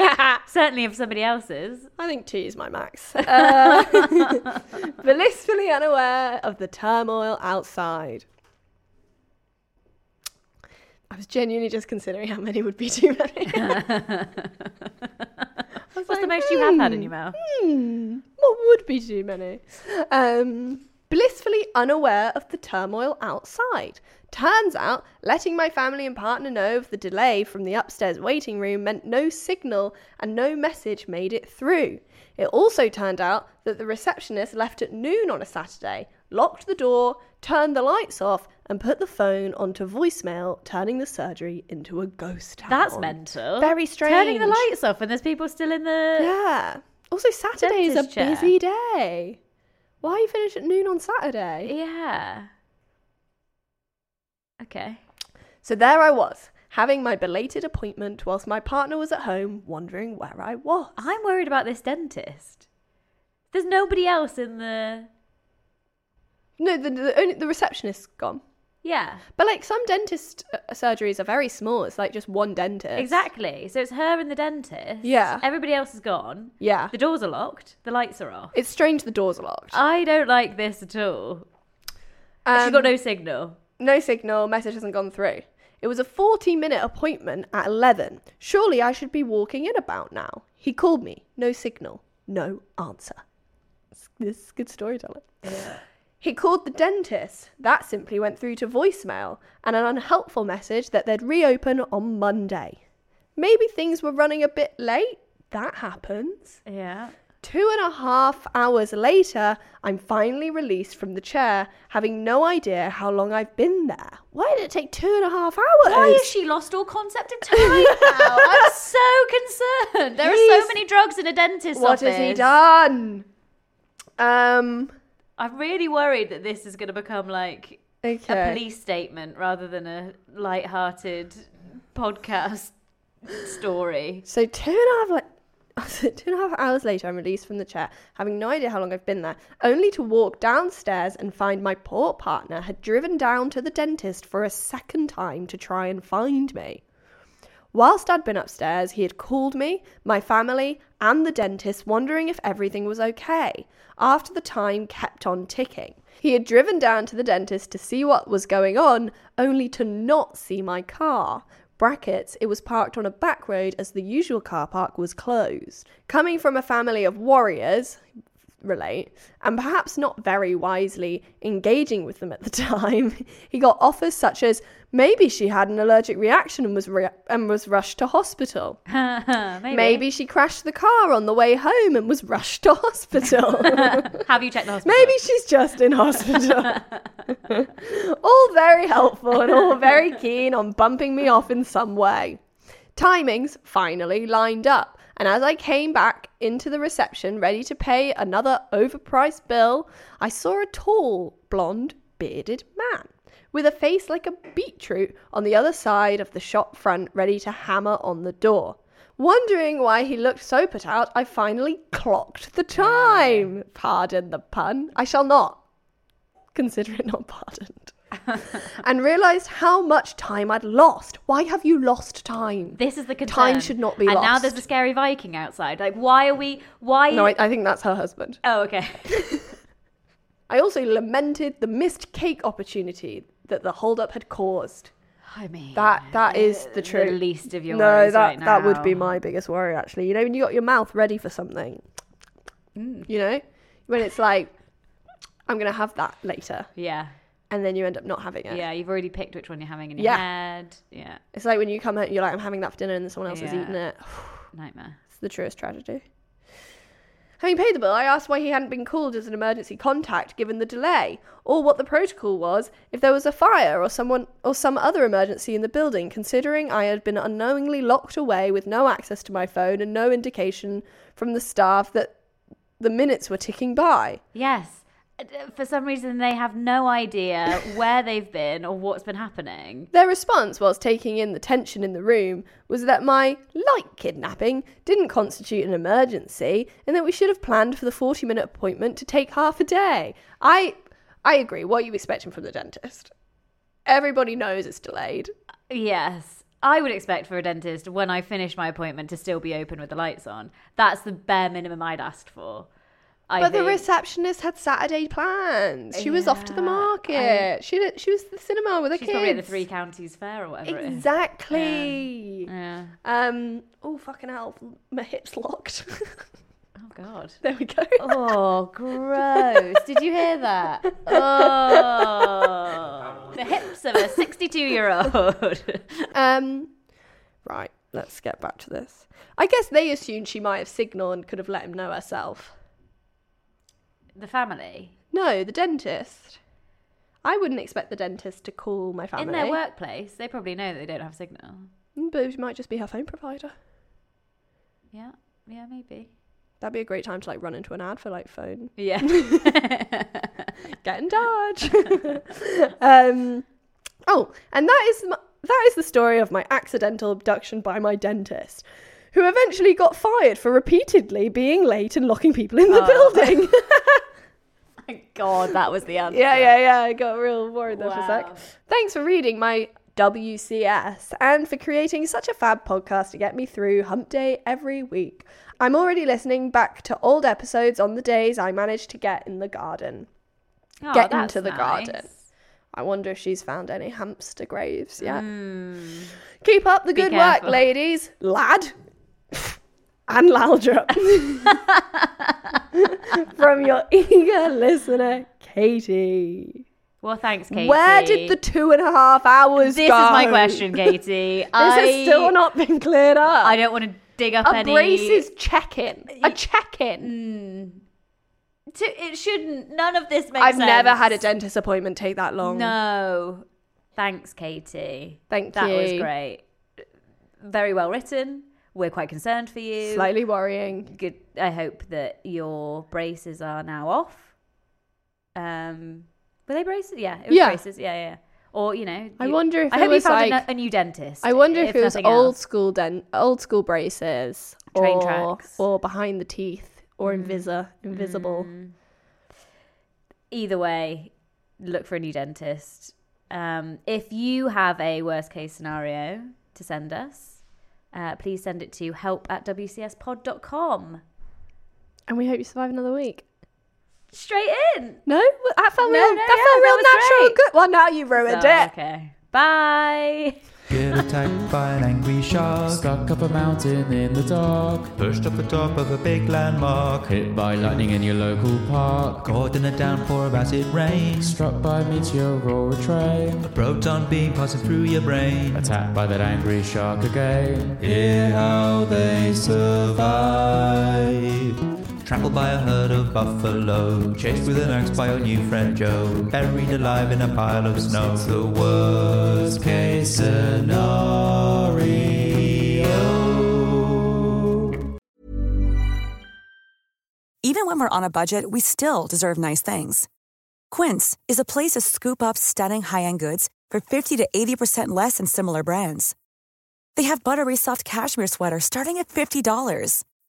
Speaker 5: Certainly, if somebody else's.
Speaker 4: I think two is my max. Uh, blissfully unaware of the turmoil outside. I was genuinely just considering how many would be too many.
Speaker 5: What's the most you have had in your mouth?
Speaker 4: Hmm, what would be too many? Um, blissfully unaware of the turmoil outside. Turns out, letting my family and partner know of the delay from the upstairs waiting room meant no signal and no message made it through. It also turned out that the receptionist left at noon on a Saturday, locked the door, turned the lights off, and put the phone onto voicemail, turning the surgery into a ghost town.
Speaker 5: That's mental.
Speaker 4: Very strange.
Speaker 5: Turning the lights off and there's people still in the.
Speaker 4: Yeah. Also, Saturday is a
Speaker 5: Dentist chair.
Speaker 4: busy day. Why you finish at noon on Saturday?
Speaker 5: Yeah. Okay.
Speaker 4: So there I was, having my belated appointment whilst my partner was at home wondering where I was.
Speaker 5: I'm worried about this dentist. There's nobody else in the.
Speaker 4: No, the, the, only, the receptionist's gone.
Speaker 5: Yeah.
Speaker 4: But like some dentist uh, surgeries are very small. It's like just one dentist.
Speaker 5: Exactly. So it's her and the dentist.
Speaker 4: Yeah.
Speaker 5: Everybody else is gone.
Speaker 4: Yeah.
Speaker 5: The doors are locked. The lights are off.
Speaker 4: It's strange the doors are locked.
Speaker 5: I don't like this at all. And She's
Speaker 4: Um,
Speaker 5: got no signal.
Speaker 4: No signal, message hasn't gone through. It was a 40 minute appointment at 11. Surely I should be walking in about now. He called me. No signal. No answer. It's- This is good storytelling. He called the dentist. That simply went through to voicemail and an unhelpful message that they'd reopen on Monday. Maybe things were running a bit late. That happens.
Speaker 5: Yeah.
Speaker 4: Two and a half hours later, I'm finally released from the chair, having no idea how long I've been there. Why did it take two and a half hours?
Speaker 5: Why has she lost all concept of time now? I'm so concerned. There are
Speaker 4: He's-
Speaker 5: so many drugs in a dentist's
Speaker 4: What
Speaker 5: office.
Speaker 4: has he done? Um.
Speaker 5: I'm really worried that this is going to become like
Speaker 4: Okay.
Speaker 5: a police statement rather than a light-hearted podcast story.
Speaker 4: So two and a half like two and a half hours later, I'm released from the chair, having no idea how long I've been there, only to walk downstairs and find my poor partner had driven down to the dentist for a second time to try and find me. Whilst I'd been upstairs, he had called me, my family, and the dentist, wondering if everything was okay. After the time kept on ticking, he had driven down to the dentist to see what was going on, only to not see my car. Brackets, it was parked on a back road as the usual car park was closed. Coming from a family of warriors, relate, and perhaps not very wisely engaging with them at the time, he got offers such as maybe she had an allergic reaction and was re- and was rushed to hospital.
Speaker 5: Maybe.
Speaker 4: Maybe she crashed the car on the way home and was rushed to hospital.
Speaker 5: Have you checked the hospital?
Speaker 4: Maybe she's just in hospital. all very helpful and all very keen on bumping me off in some way. Timings finally lined up, and as I came back into the reception ready to pay another overpriced bill, I saw a tall, blonde, bearded man with a face like a beetroot on the other side of the shop front ready to hammer on the door. Wondering why he looked so put out, I finally clocked the time. Pardon the pun. I shall not consider it not pardoned. and realised how much time I'd lost. Why have you lost time?
Speaker 5: This is the concern.
Speaker 4: Time should not be
Speaker 5: And now
Speaker 4: lost.
Speaker 5: there's a scary Viking outside. Like, why are we? Why?
Speaker 4: No, I, I think that's her husband.
Speaker 5: Oh, okay.
Speaker 4: I also lamented the missed cake opportunity that the holdup had caused.
Speaker 5: I mean,
Speaker 4: That that is the truth.
Speaker 5: least of your
Speaker 4: no,
Speaker 5: worries
Speaker 4: that
Speaker 5: right
Speaker 4: that would be
Speaker 5: now.
Speaker 4: my biggest worry actually. You know, when you got your mouth ready for something,
Speaker 5: Mm.
Speaker 4: you know, when it's like, I'm gonna have that later,
Speaker 5: yeah,
Speaker 4: and then you end up not having it.
Speaker 5: yeah. You've already picked which one you're having in your
Speaker 4: Yeah.
Speaker 5: head. Yeah,
Speaker 4: It's like when you come home, you're like, I'm having that for dinner, and then someone else has
Speaker 5: Yeah.
Speaker 4: eaten it.
Speaker 5: nightmare.
Speaker 4: It's the truest tragedy. Having paid the bill, I asked why he hadn't been called as an emergency contact given the delay, or what the protocol was if there was a fire or someone or some other emergency in the building, considering I had been unknowingly locked away with no access to my phone and no indication from the staff that the minutes were ticking by.
Speaker 5: Yes. Uh, For some reason, they have no idea where they've been or what's been happening.
Speaker 4: Their response, whilst taking in the tension in the room, was that my light kidnapping didn't constitute an emergency and that we should have planned for the 40 minute appointment to take half a day. I, I agree. What are you expecting from the dentist? Everybody knows it's delayed.
Speaker 5: Yes. I would expect for a dentist when I finish my appointment to still be open with the lights on. That's the bare minimum I'd asked for. I
Speaker 4: but the
Speaker 5: think.
Speaker 4: receptionist had Saturday plans. She was off to the
Speaker 5: Yeah, I mean-
Speaker 4: market. she, did, she was at the cinema with her
Speaker 5: She's
Speaker 4: kids.
Speaker 5: probably at the Three Counties Fair or whatever it is.
Speaker 4: Exactly.
Speaker 5: Yeah.
Speaker 4: Um. Oh fucking hell! My hips locked.
Speaker 5: Oh God.
Speaker 4: There we go.
Speaker 5: Oh, gross. Did you hear that? Oh. The hips of a 62 year old.
Speaker 4: um, right, let's get back to this. I guess they assumed she might have signal and could have let him know herself.
Speaker 5: The family.
Speaker 4: No, the dentist. I wouldn't expect the dentist to call my family. Mm,
Speaker 5: In their workplace, they probably know that they don't have signal.
Speaker 4: But it might just be her phone provider.
Speaker 5: Yeah, yeah, maybe.
Speaker 4: That'd be a great time to like run into an ad for like phone.
Speaker 5: Yeah.
Speaker 4: Get in touch. um, oh, and that is m that is the story of my accidental abduction by my dentist, who eventually got fired for repeatedly being late and locking people in the
Speaker 5: Oh.
Speaker 4: building.
Speaker 5: Thank God that was the answer.
Speaker 4: yeah, yeah, yeah. I got real worried there for a
Speaker 5: Wow.
Speaker 4: sec. Thanks for reading my WCS and for creating such a fab podcast to get me through hump day every week. I'm already listening back to old episodes on the days I managed to get in the garden.
Speaker 5: Oh,
Speaker 4: get
Speaker 5: that's
Speaker 4: into the
Speaker 5: nice.
Speaker 4: garden. I wonder if she's found any hamster graves yet. Keep up the
Speaker 5: Hmm. Be
Speaker 4: good work,
Speaker 5: careful.
Speaker 4: ladies, lad, and Laldrup. From your eager listener, Katie.
Speaker 5: Well, thanks, Katie.
Speaker 4: Where did the two and a half hours
Speaker 5: This
Speaker 4: go?
Speaker 5: is my question, Katie.
Speaker 4: This has still not been cleared up.
Speaker 5: I don't want to dig up
Speaker 4: a
Speaker 5: any.
Speaker 4: braces check-in. A check-in.
Speaker 5: To- it shouldn't. None of this makes
Speaker 4: I've
Speaker 5: sense.
Speaker 4: never had a dentist appointment take that long.
Speaker 5: No. Thanks, Katie.
Speaker 4: Thank
Speaker 5: that was
Speaker 4: you.
Speaker 5: great. Very well written. We're quite concerned for you.
Speaker 4: Slightly worrying.
Speaker 5: Good. I hope that your braces are now off. Um, were they braces? Yeah, it was
Speaker 4: Yeah.
Speaker 5: braces. Yeah, yeah. yeah. Or you know,
Speaker 4: I
Speaker 5: you-
Speaker 4: wonder if
Speaker 5: I
Speaker 4: it
Speaker 5: hope
Speaker 4: was
Speaker 5: you found
Speaker 4: like-
Speaker 5: a, a new dentist.
Speaker 4: I wonder if, it was
Speaker 5: nothing
Speaker 4: old
Speaker 5: else.
Speaker 4: school den- old school braces
Speaker 5: Train
Speaker 4: or,
Speaker 5: tracks. Mm.
Speaker 4: or behind the teeth or invisa invisible.
Speaker 5: either way, look for a new dentist. Um, if you have a worst case scenario to send us, uh, please send it to help at wcspod.com.
Speaker 4: And we hope you survive another week.
Speaker 5: Straight in.
Speaker 4: No, Well, that felt
Speaker 5: No,
Speaker 4: real.
Speaker 5: no,
Speaker 4: that
Speaker 5: yeah,
Speaker 4: felt
Speaker 5: that
Speaker 4: real
Speaker 5: was
Speaker 4: natural.
Speaker 5: great.
Speaker 4: and Good. Well, now you ruined
Speaker 5: So,
Speaker 4: it.
Speaker 5: Oh, okay. Bye.
Speaker 2: Get attacked by an angry shark.
Speaker 12: Stuck up a mountain in the dark.
Speaker 2: Pushed off the top of a big landmark.
Speaker 12: Hit by lightning in your local park.
Speaker 2: Caught in a downpour of acid rain.
Speaker 12: Struck by a meteor or a train.
Speaker 2: A proton beam passing through your brain.
Speaker 12: Attacked by that angry shark again.
Speaker 2: Hear how they survive. Trampled by a herd of buffalo. Chased with an axe by your new friend Joe. Buried alive in a pile of snow. The worst case scenario.
Speaker 1: Even when we're on a budget, we still deserve nice things. Quince is a place to scoop up stunning high end goods for 50 to 80% less than similar brands. They have buttery soft cashmere sweaters starting at $50,